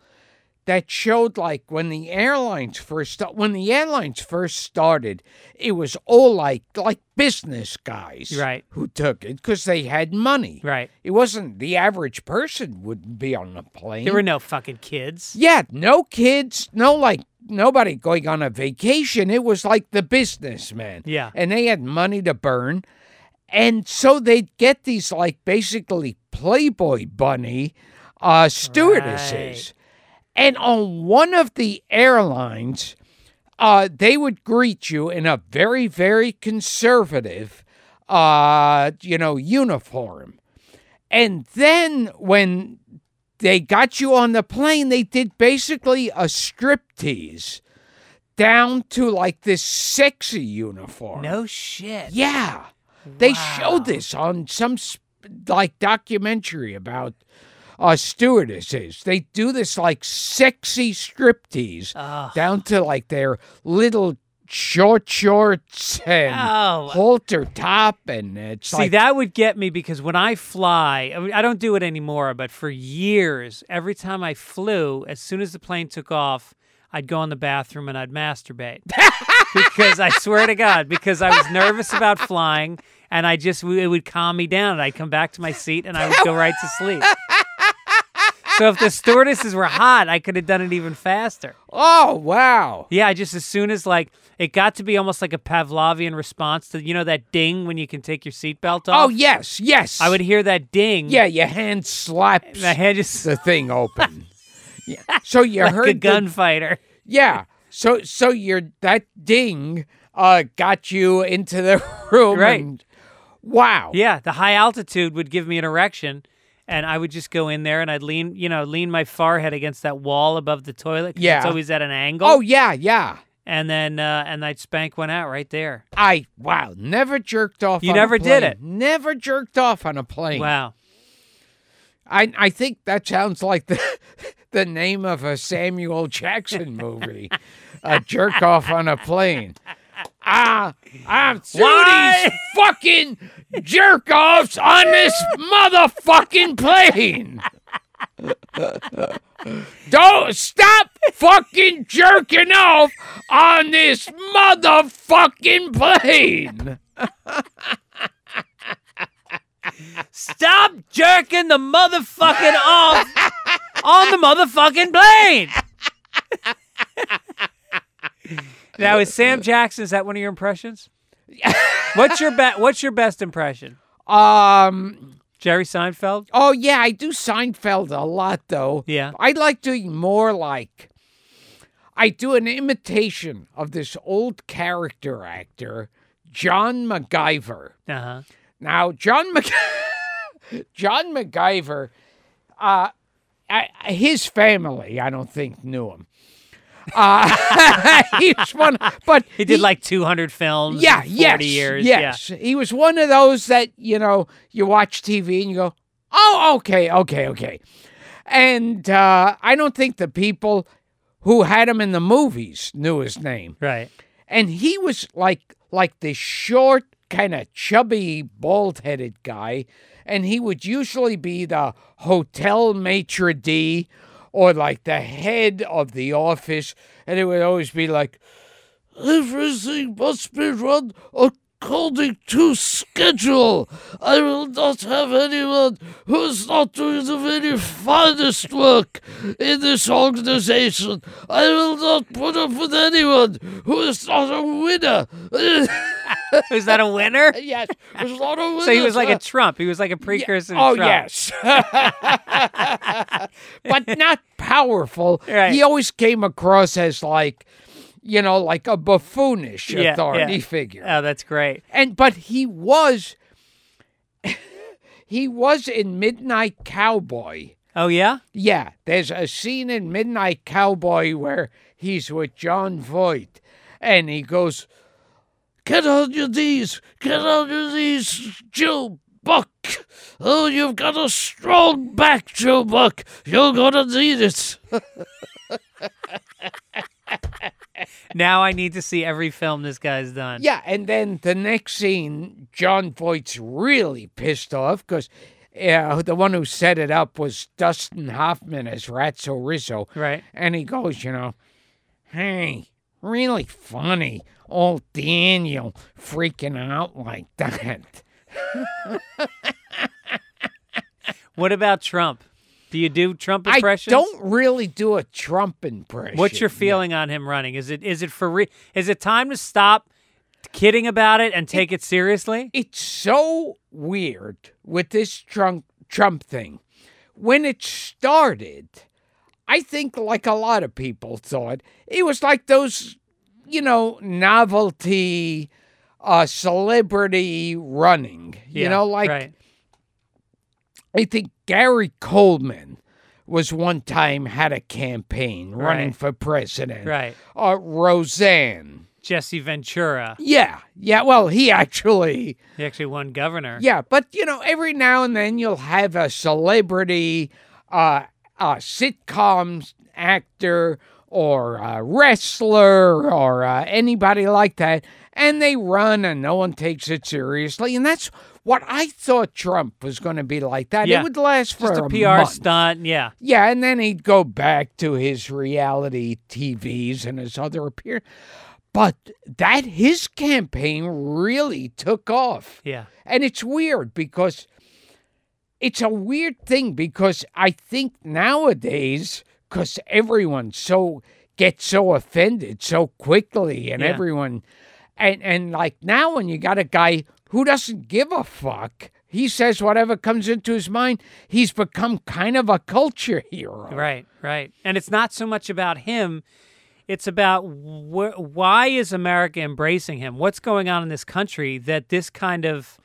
Speaker 2: that showed like when the airlines first sta- when the airlines first started, it was all like like business guys
Speaker 1: Right.
Speaker 2: who took it because they had money.
Speaker 1: Right.
Speaker 2: It wasn't the average person wouldn't be on a plane.
Speaker 1: There were no fucking kids.
Speaker 2: Yeah, no kids, no like nobody going on a vacation. It was like the businessmen.
Speaker 1: Yeah.
Speaker 2: And they had money to burn. And so they'd get these like basically Playboy bunny uh stewardesses.
Speaker 1: Right.
Speaker 2: And on one of the airlines, uh, they would greet you in a very, very conservative uh, you know, uniform. And then when they got you on the plane, they did basically a striptease down to like this sexy uniform.
Speaker 1: No shit.
Speaker 2: Yeah. They
Speaker 1: Wow.
Speaker 2: showed this on some sp- like documentary about uh, stewardesses. They do this like sexy striptease
Speaker 1: Ugh.
Speaker 2: down to like their little short shorts and
Speaker 1: Oh.
Speaker 2: halter top, and it's
Speaker 1: See,
Speaker 2: like
Speaker 1: that would get me because when I fly, I, mean, I don't do it anymore, but for years, every time I flew, as soon as the plane took off, I'd go in the bathroom and I'd masturbate. because I swear to God, because I was nervous about flying and I just, it would calm me down and I'd come back to my seat and I would go right to sleep. So if the stewardesses were hot, I could have done it even faster.
Speaker 2: oh wow.
Speaker 1: Yeah, I just as soon as like it got to be almost like a Pavlovian response to you know that ding when you can take your seatbelt off.
Speaker 2: Oh yes, yes.
Speaker 1: I would hear that ding.
Speaker 2: Yeah, your hand slaps
Speaker 1: My head just
Speaker 2: the thing open. yeah. So you
Speaker 1: like
Speaker 2: heard
Speaker 1: a
Speaker 2: the-
Speaker 1: gunfighter.
Speaker 2: yeah. So so your that ding uh got you into the room.
Speaker 1: Right.
Speaker 2: and- wow.
Speaker 1: Yeah, the high altitude would give me an erection, and I would just go in there and I'd lean, you know, lean my forehead against that wall above the toilet. 'cause
Speaker 2: Yeah.
Speaker 1: it's always at an angle.
Speaker 2: Oh yeah, yeah.
Speaker 1: and then uh, and I'd spank one out right there.
Speaker 2: I wow, never jerked off.
Speaker 1: You
Speaker 2: on a
Speaker 1: never did
Speaker 2: plane.
Speaker 1: it.
Speaker 2: Never jerked off on a plane.
Speaker 1: Wow.
Speaker 2: I I think that sounds like the the name of a Samuel Jackson movie. a jerk off on a plane. Ah, I'm through
Speaker 1: Why?
Speaker 2: these fucking jerk offs on this motherfucking plane. Don't stop fucking jerking off on this motherfucking plane.
Speaker 1: Stop jerking the motherfucking off on the motherfucking plane. now is Sam Jackson? Is that one of your impressions? What's your be- What's your best impression?
Speaker 2: Um,
Speaker 1: Jerry Seinfeld?
Speaker 2: oh yeah, I do Seinfeld a lot though.
Speaker 1: Yeah.
Speaker 2: I like doing more like I do an imitation of this old character actor, John MacGyver.
Speaker 1: Uh huh.
Speaker 2: Now, John Mac- John MacGyver, uh, I, I- his family, I don't think knew him. Uh, he was one, but
Speaker 1: He did like 200 films.
Speaker 2: yeah,
Speaker 1: in 40
Speaker 2: yes,
Speaker 1: years.
Speaker 2: yes. He was one of those that you know you watch TV and you go, oh, okay, okay, okay, and uh, I don't think the people who had him in the movies knew his name
Speaker 1: Yeah. Right.
Speaker 2: and he was like like this short kind of chubby bald-headed guy and he would usually be the hotel maitre d or like the head of the office and it would always be like everything must be run according to schedule i will not have anyone who's not doing the very finest work in this organization i will not put up with anyone who is not a winner
Speaker 1: Was that a winner?
Speaker 2: yes who's not a winner
Speaker 1: So he was like a Trump. He was like a precursor
Speaker 2: Oh
Speaker 1: to Trump.
Speaker 2: yes, but not powerful.
Speaker 1: Right.
Speaker 2: He always came across as like, you know, like a buffoonish
Speaker 1: Yeah,
Speaker 2: authority
Speaker 1: yeah.
Speaker 2: figure.
Speaker 1: Oh, that's great.
Speaker 2: And but he was, he was in Midnight Cowboy.
Speaker 1: Oh, yeah?
Speaker 2: Yeah, there's a scene in Midnight Cowboy where he's with John Voight and he goes, Get on your knees, get on your knees, Joe Buck. Oh, you've got a strong back, Joe Buck. You're gonna need it.
Speaker 1: Now I need to see every film this guy's done.
Speaker 2: Yeah, and then the next scene, John Voight's really pissed off because uh, the one who set it up was Dustin Hoffman as Ratso Rizzo.
Speaker 1: Right.
Speaker 2: And he goes, you know, hey, really funny. Old Daniel freaking out like that.
Speaker 1: What about Trump? Do you do Trump
Speaker 2: I
Speaker 1: impressions?
Speaker 2: don't really do a Trump impression.
Speaker 1: What's your feeling on him running? Is it is it for re- is it time to stop kidding about it and take it seriously?
Speaker 2: It's so weird with this Trump, Trump thing. When it started, I think, like a lot of people thought, it was like those, you know, novelty, uh, celebrity running. You
Speaker 1: Yeah,
Speaker 2: know, like
Speaker 1: right.
Speaker 2: I think Gary Coleman was one time had a campaign running
Speaker 1: Right.
Speaker 2: for president.
Speaker 1: right.
Speaker 2: Uh, Roseanne.
Speaker 1: Jesse Ventura.
Speaker 2: Yeah, yeah. Well, he actually,
Speaker 1: He actually won governor.
Speaker 2: yeah. But you know, every now and then you'll have a celebrity, uh, a sitcom actor, or a wrestler, or uh, anybody like that, and they run, and no one takes it seriously. And that's what I thought Trump was going to be like. That
Speaker 1: Yeah.
Speaker 2: it would last for
Speaker 1: Just a, PR
Speaker 2: month.
Speaker 1: stunt. Yeah.
Speaker 2: Yeah, and then he'd go back to his reality TVs and his other appear. But that his campaign really took off.
Speaker 1: Yeah.
Speaker 2: And it's weird because it's a weird thing because I think nowadays cuz everyone so gets so offended so quickly and
Speaker 1: Yeah.
Speaker 2: everyone and and like now when you got a guy who doesn't give a fuck he says whatever comes into his mind he's become kind of a culture hero
Speaker 1: Right, right. And it's not so much about him, it's about wh- why is America embracing him? What's going on in this country that this kind of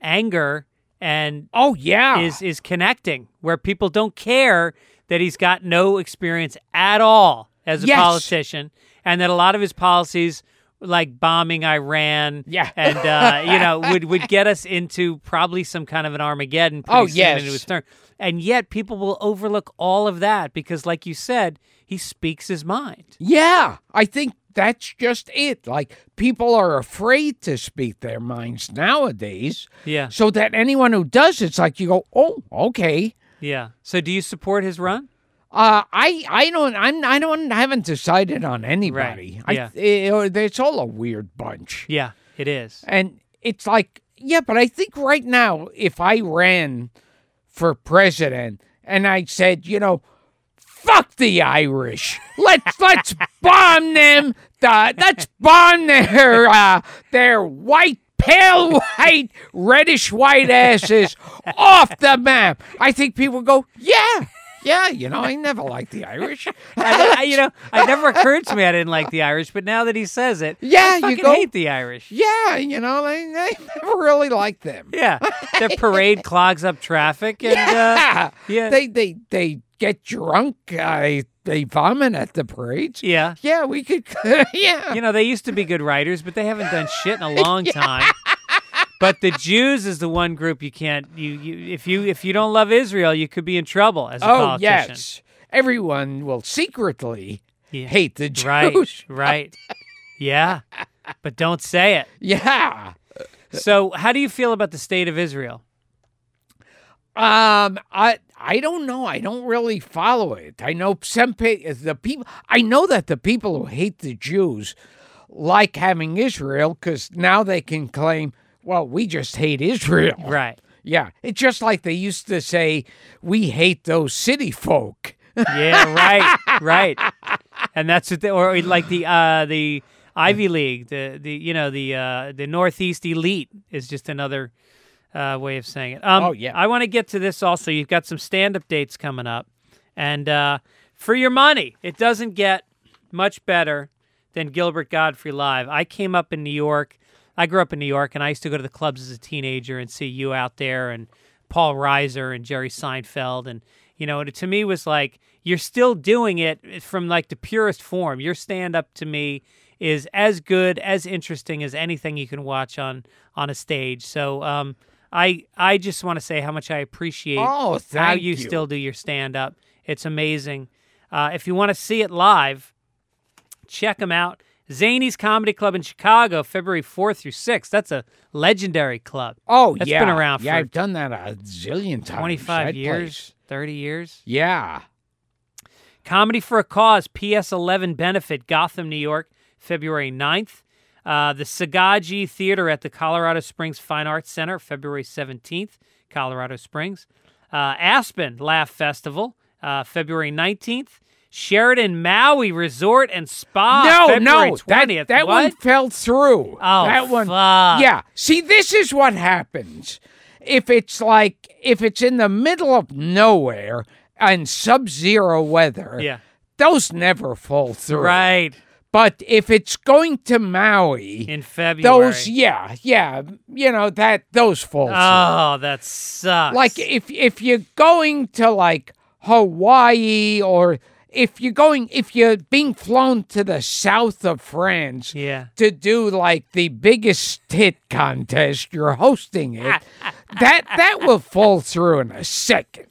Speaker 1: anger and
Speaker 2: oh yeah
Speaker 1: is is connecting where people don't care that he's got no experience at all as a
Speaker 2: Yes.
Speaker 1: politician and that a lot of his policies like bombing Iran
Speaker 2: Yeah.
Speaker 1: and uh, you know would would get us into probably some kind of an Armageddon pretty
Speaker 2: Oh,
Speaker 1: soon
Speaker 2: yes.
Speaker 1: into his term. And yet people will overlook all of that because like you said, he speaks his mind.
Speaker 2: yeah i think that's just it like people are afraid to speak their minds nowadays
Speaker 1: Yeah.
Speaker 2: so that anyone who does it's like you go oh okay
Speaker 1: Yeah. So do you support his run?
Speaker 2: uh, I I don't I'm I don't I haven't decided on anybody.
Speaker 1: yeah.
Speaker 2: I, it, it's all a weird bunch,
Speaker 1: Yeah, it is.
Speaker 2: and it's like yeah, but I think right now if I ran for president and I said you know fuck the Irish, let's let's bomb them, the, let's bomb their uh, their white pale white, reddish white asses off the map. I think people go, yeah, yeah, you know, I never liked the Irish.
Speaker 1: I, I- you know, it never occurred to me I didn't like the Irish, but now that he says it, I
Speaker 2: Yeah, you
Speaker 1: fucking
Speaker 2: go-
Speaker 1: hate the Irish.
Speaker 2: yeah, you know, I, I never really liked them.
Speaker 1: Yeah, their parade clogs up traffic, and uh,
Speaker 2: yeah.
Speaker 1: yeah.
Speaker 2: They, they, they get drunk. Uh, they, they vomit at the parades.
Speaker 1: yeah,
Speaker 2: Yeah, we could. yeah.
Speaker 1: you know, they used to be good writers, but they haven't done shit in a long time. But the Jews is the one group you can't you, you if you if you don't love Israel, you could be in trouble as a
Speaker 2: Oh,
Speaker 1: politician.
Speaker 2: yes. Everyone will secretly
Speaker 1: Yeah.
Speaker 2: hate the Jews.
Speaker 1: Right, right. Yeah. But don't say it.
Speaker 2: Yeah.
Speaker 1: So, how do you feel about the state of Israel?
Speaker 2: Um, I I don't know. I don't really follow it. I know some pe- the people. I know that the people who hate the Jews like having Israel because now they can claim, well, we just hate Israel.
Speaker 1: Right.
Speaker 2: Yeah, it's just like they used to say, we hate those city folk.
Speaker 1: Yeah, right, right. And that's what the or like the uh the Ivy League, the the you know the uh the Northeast elite is just another uh way of saying it. Um
Speaker 2: Oh, yeah.
Speaker 1: I want to get to this also. You've got some stand-up dates coming up. And uh for your money, it doesn't get much better than Gilbert Godfrey live. I came up in New York. I grew up in New York and I used to go to the clubs as a teenager and see you out there and Paul Reiser and Jerry Seinfeld and you know, it to me was like you're still doing it eh, from like the purest form. Your stand up to me is as good, as interesting as anything you can watch on on a stage. So um I I just want to say how much I appreciate
Speaker 2: Oh, thank
Speaker 1: how you,
Speaker 2: you.
Speaker 1: still do your stand up. It's amazing. Uh, if you want to see it live, check them out. Zany's Comedy Club in Chicago, February 4th through 6th. That's a legendary club.
Speaker 2: Oh,
Speaker 1: That's
Speaker 2: yeah,
Speaker 1: been around
Speaker 2: yeah,
Speaker 1: for
Speaker 2: I've done that a zillion times.
Speaker 1: 25
Speaker 2: that
Speaker 1: years,
Speaker 2: place.
Speaker 1: 30 years.
Speaker 2: Yeah.
Speaker 1: Comedy for a Cause, PS11 benefit, Gotham, New York, February 9th. Uh, the Sagaji Theater at the Colorado Springs Fine Arts Center, February 17th, Colorado Springs. Uh, Aspen Laugh Festival, uh, February 19th. Sheridan Maui Resort and Spa,
Speaker 2: no,
Speaker 1: Ah, February
Speaker 2: no,
Speaker 1: 20th.
Speaker 2: that, that
Speaker 1: what?
Speaker 2: one fell through.
Speaker 1: Oh,
Speaker 2: that one.
Speaker 1: fuck.
Speaker 2: Yeah. See, this is what happens if it's like if it's in the middle of nowhere and sub-zero weather.
Speaker 1: Yeah.
Speaker 2: Those never fall through.
Speaker 1: Right.
Speaker 2: But if it's going to Maui,
Speaker 1: In February.
Speaker 2: those yeah, yeah, you know that those fall through.
Speaker 1: Oh, that sucks.
Speaker 2: Like if if you're going to like Hawaii or if you're going if you're being flown to the south of France
Speaker 1: Yeah.
Speaker 2: to do like the biggest tit contest. You're hosting it. that that will fall through in a second.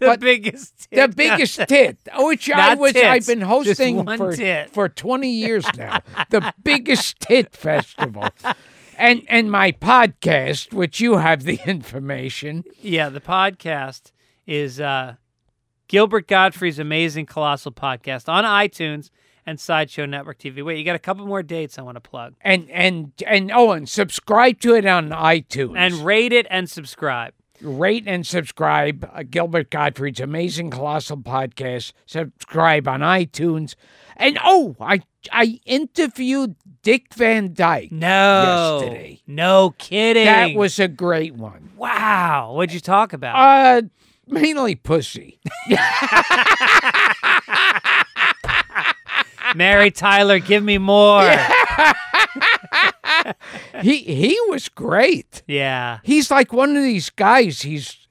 Speaker 1: The
Speaker 2: but
Speaker 1: biggest.
Speaker 2: The biggest tit, which I
Speaker 1: Not
Speaker 2: was I've
Speaker 1: tits,
Speaker 2: been
Speaker 1: just
Speaker 2: hosting
Speaker 1: one
Speaker 2: for
Speaker 1: tit.
Speaker 2: for 20 years now. the biggest tit festival. And and my podcast, which you have the information.
Speaker 1: Yeah, the podcast is uh, Gilbert Godfrey's Amazing Colossal Podcast on iTunes and Sideshow Network TV. Wait, you got a couple more dates I want to plug.
Speaker 2: And and and oh, and subscribe to it on iTunes.
Speaker 1: And rate it and subscribe.
Speaker 2: rate and subscribe uh, Gilbert Gottfried's amazing colossal podcast. Subscribe on iTunes, and oh, I I interviewed Dick Van Dyke.
Speaker 1: No.
Speaker 2: Yesterday.
Speaker 1: No kidding.
Speaker 2: That was a great one.
Speaker 1: Wow. What'd you talk about?
Speaker 2: Uh, mainly pussy. Uh,
Speaker 1: Mary Tyler, give me more. Yeah.
Speaker 2: he he was great. He's like one of these guys. He's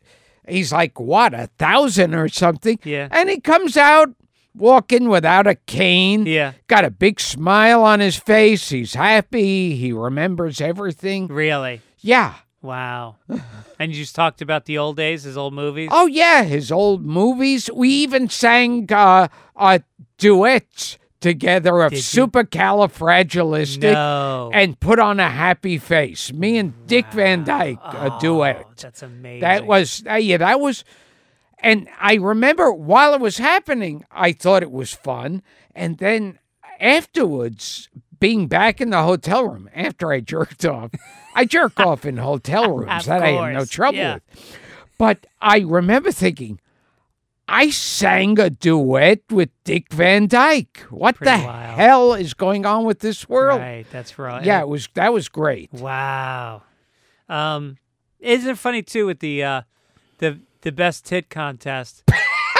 Speaker 2: he's like what a thousand or something.
Speaker 1: Yeah.
Speaker 2: and he comes out walking without a cane.
Speaker 1: Yeah.
Speaker 2: Got a big smile on his face. He's happy. He remembers everything.
Speaker 1: Really.
Speaker 2: Yeah.
Speaker 1: Wow. and you just talked about the old days, his old movies.
Speaker 2: Oh yeah, his old movies. We even sang uh, uh duets together of
Speaker 1: Did you?
Speaker 2: supercalifragilistic
Speaker 1: no.
Speaker 2: and put on a happy face. Me and Dick Van Dyke a duet.
Speaker 1: Oh, That's amazing.
Speaker 2: That was uh, yeah, that was and I remember while it was happening, I thought it was fun. And then afterwards, being back in the hotel room after I jerked off, I jerk off in hotel rooms
Speaker 1: Of
Speaker 2: that I had no
Speaker 1: course,
Speaker 2: trouble
Speaker 1: yeah.
Speaker 2: with. But I remember thinking, I sang a duet with Dick Van Dyke. What
Speaker 1: Pretty
Speaker 2: the
Speaker 1: wild.
Speaker 2: hell is going on with this world?
Speaker 1: Right, that's right.
Speaker 2: Yeah, it was that was great.
Speaker 1: Wow. Um, isn't it funny too with the uh, the the best tit contest?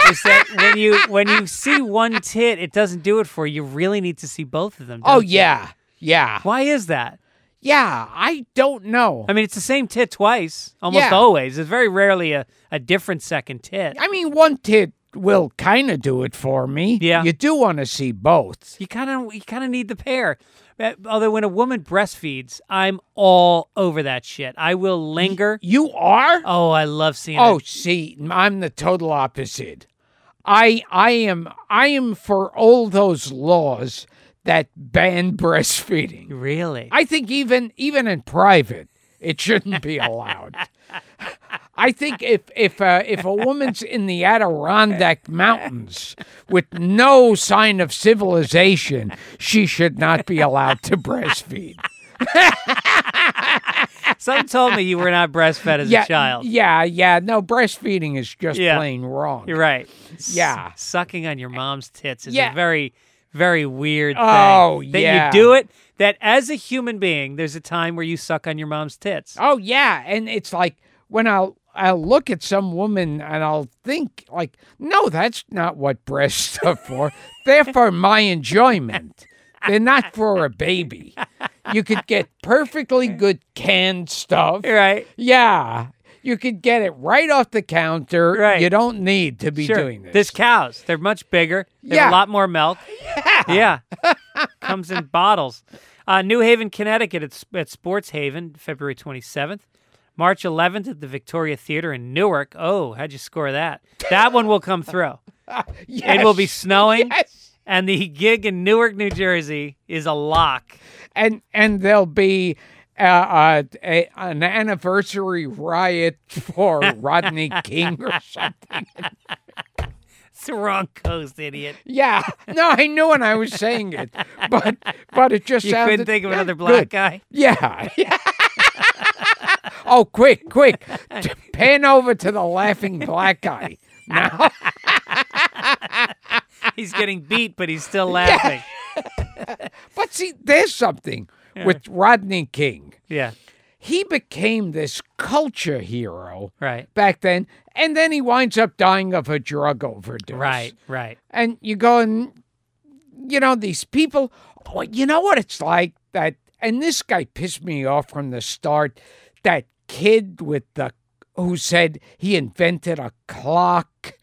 Speaker 1: is that when you when you see one tit, it doesn't do it for you. You really need to see both of them.
Speaker 2: Oh
Speaker 1: don't you?
Speaker 2: yeah, yeah,
Speaker 1: Why is that?
Speaker 2: yeah. I don't know.
Speaker 1: I mean, it's the same tit twice, almost
Speaker 2: Yeah.
Speaker 1: always. There's very rarely a, a different second tit.
Speaker 2: I mean, one tit will kind of do it for me.
Speaker 1: Yeah.
Speaker 2: you do want to see both.
Speaker 1: You kind of you kind of need the pair. Uh, Although when a woman breastfeeds, I'm all over that shit. I will linger.
Speaker 2: You are.
Speaker 1: Oh, I love seeing
Speaker 2: Oh,
Speaker 1: it.
Speaker 2: see, I'm the total opposite. I I am I am for all those laws that ban breastfeeding.
Speaker 1: Really?
Speaker 2: I think even even in private, it shouldn't be allowed. I think if if uh, if a woman's in the Adirondack Mountains with no sign of civilization, she should not be allowed to breastfeed.
Speaker 1: Some told me you were not breastfed as
Speaker 2: yeah,
Speaker 1: a child.
Speaker 2: yeah, yeah. No, breastfeeding is just
Speaker 1: Yeah.
Speaker 2: plain wrong.
Speaker 1: You're right.
Speaker 2: Yeah.
Speaker 1: S- sucking on your mom's tits is
Speaker 2: Yeah.
Speaker 1: a very, very weird thing.
Speaker 2: Oh,
Speaker 1: That
Speaker 2: yeah.
Speaker 1: you do it, that as a human being, there's a time where you suck on your mom's tits.
Speaker 2: Oh yeah, and it's like when I'll I'll look at some woman and I'll think like, no, that's not what breasts are for. They're for my enjoyment. They're not for a baby. You could get perfectly good canned stuff.
Speaker 1: You're right.
Speaker 2: Yeah. You could get it right off the counter.
Speaker 1: Right.
Speaker 2: You don't need to be
Speaker 1: sure.
Speaker 2: doing this.
Speaker 1: There's cows. They're much bigger. They have
Speaker 2: Yeah.
Speaker 1: a lot more milk. Yeah. Comes in bottles. Uh, New Haven, Connecticut at, at Sports Haven, February 27th. March 11th at the Victoria Theater in Newark. Oh, how'd you score that? That one will come through. It will be
Speaker 2: Yes.
Speaker 1: snowing.
Speaker 2: Yes.
Speaker 1: And the gig in Newark, New Jersey is a lock.
Speaker 2: and and there'll be uh, uh, a, an anniversary riot for Rodney King or something.
Speaker 1: It's the wrong coast, idiot.
Speaker 2: Yeah, no, I knew when I was saying it, but but it just
Speaker 1: You
Speaker 2: sounded
Speaker 1: couldn't think of
Speaker 2: eh,
Speaker 1: another black
Speaker 2: good.
Speaker 1: guy?
Speaker 2: Yeah. oh, quick, quick, T- pan over to the laughing black guy. Now,
Speaker 1: He's getting beat, but he's still laughing.
Speaker 2: but see, there's something with Rodney King.
Speaker 1: Yeah,
Speaker 2: He became this culture hero.
Speaker 1: right.
Speaker 2: back then, and then he winds up dying of a drug overdose.
Speaker 1: Right, right.
Speaker 2: And you go and you know these people. Oh, you know what it's like that. And this guy pissed me off from the start. That kid with the who said he invented a clock.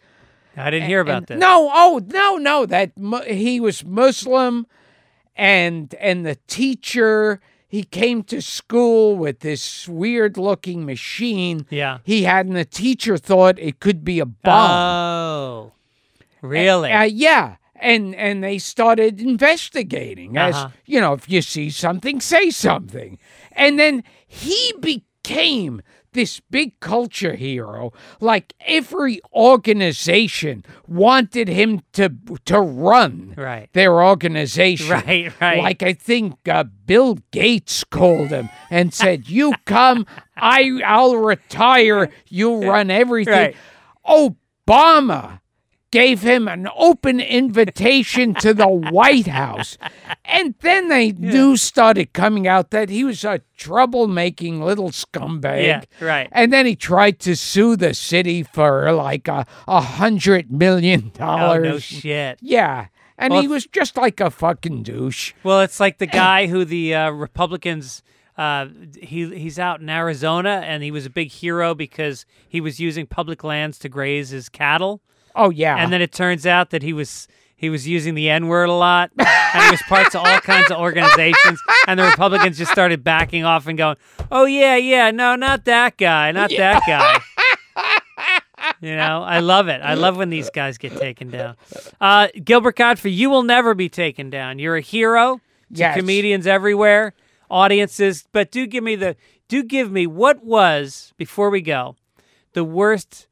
Speaker 1: I didn't hear about
Speaker 2: And-
Speaker 1: this.
Speaker 2: No, oh no, no. That mu- he was Muslim, and and the teacher he came to school with this weird looking machine
Speaker 1: Yeah.
Speaker 2: he had, and the teacher thought it could be a bomb.
Speaker 1: Oh, really?
Speaker 2: Uh, yeah, and and they started investigating. As
Speaker 1: Uh-huh.
Speaker 2: you know, if you see something, say something. And then he became this big culture hero. Like every organization wanted him to to run
Speaker 1: right,
Speaker 2: their organization.
Speaker 1: right, right.
Speaker 2: Like I think uh, Bill Gates called him and said, "You come, I I'll retire. You run everything." Obama gave him an open invitation to the White House, and then they news started coming out that he was a troublemaking little scumbag.
Speaker 1: yeah, right.
Speaker 2: And then he tried to sue the city for like a, a hundred million
Speaker 1: Oh,
Speaker 2: dollars.
Speaker 1: no shit.
Speaker 2: Yeah. And
Speaker 1: Well,
Speaker 2: he was just like a fucking douche.
Speaker 1: Well, it's like the guy who the uh, Republicans. Uh, he he's out in Arizona, and he was a big hero because he was using public lands to graze his cattle.
Speaker 2: Oh yeah.
Speaker 1: and then it turns out that he was he was using the N word a lot, and he was parts of all kinds of organizations, and the Republicans just started backing off and going, "Oh yeah, yeah, no, not that guy, not that guy." You know, I love it. I love when these guys get taken down. Uh, Gilbert Godfrey, you will never be taken down. You're a hero to
Speaker 2: Yes.
Speaker 1: comedians everywhere, audiences. But do give me the do give me what was before we go the worst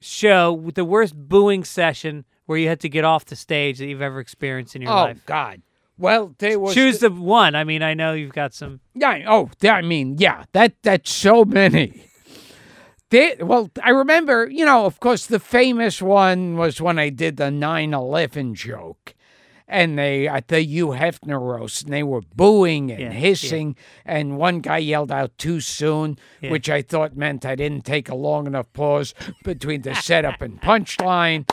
Speaker 1: show with the worst booing session where you had to get off the stage that you've ever experienced in your
Speaker 2: oh
Speaker 1: life.
Speaker 2: God. Well, there was
Speaker 1: Choose the one. I mean, I know you've got some.
Speaker 2: yeah, oh, there- I mean, yeah, that that's so many. They, well, I remember, you know, of course, the famous one was when I did the 9 11 joke. And they at the Hugh Hefner roast, and they were booing and
Speaker 1: Yeah, yeah.
Speaker 2: hissing. And one guy yelled out too soon,
Speaker 1: Yeah.
Speaker 2: which I thought meant I didn't take a long enough pause between the setup and punchline.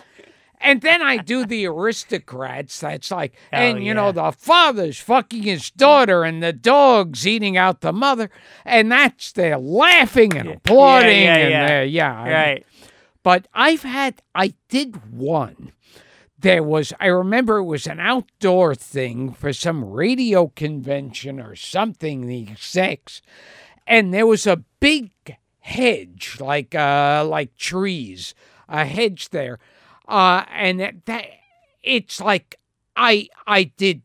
Speaker 2: And then I do the aristocrats. That's like, and you know,
Speaker 1: yeah.
Speaker 2: the father's fucking his daughter, and the dog's eating out the mother, and that's they're laughing and applauding,
Speaker 1: yeah,
Speaker 2: and
Speaker 1: yeah.
Speaker 2: they're- yeah. I-
Speaker 1: Right.
Speaker 2: But I've had, I did one. There was, I remember it was an outdoor thing for some radio convention or something, the execs, and there was a big hedge, like uh, like trees, a hedge there, uh, and that, that it's like I I did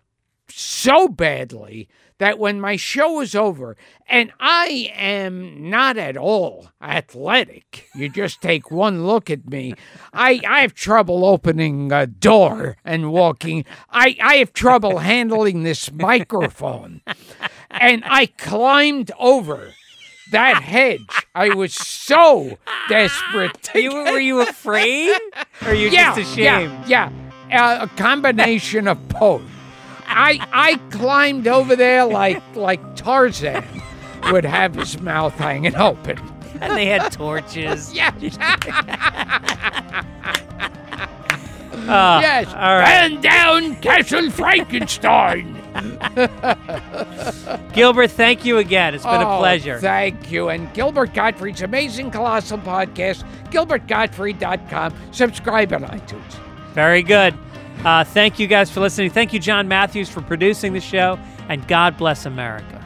Speaker 2: so badly that when my show was over, and I am not at all athletic. You just take one look at me. I, I have trouble opening a door and walking. I, I have trouble handling this microphone. And I climbed over that hedge. I was so desperate. to
Speaker 1: You, were you afraid? Or you just ashamed?
Speaker 2: yeah, yeah. Uh, a combination of both. I I climbed over there like like Tarzan would have his mouth hanging open.
Speaker 1: And they had torches.
Speaker 2: Yes,
Speaker 1: Ah,
Speaker 2: yes.
Speaker 1: All right.
Speaker 2: Burn down Castle Frankenstein.
Speaker 1: Gilbert, thank you again. It's been a
Speaker 2: Oh,
Speaker 1: pleasure.
Speaker 2: Thank you. And Gilbert Gottfried's amazing colossal podcast, gilbertgottfried.com. Subscribe on iTunes.
Speaker 1: Very good. Uh, thank you guys for listening. Thank you, John Matthews, for producing the show. And God bless America.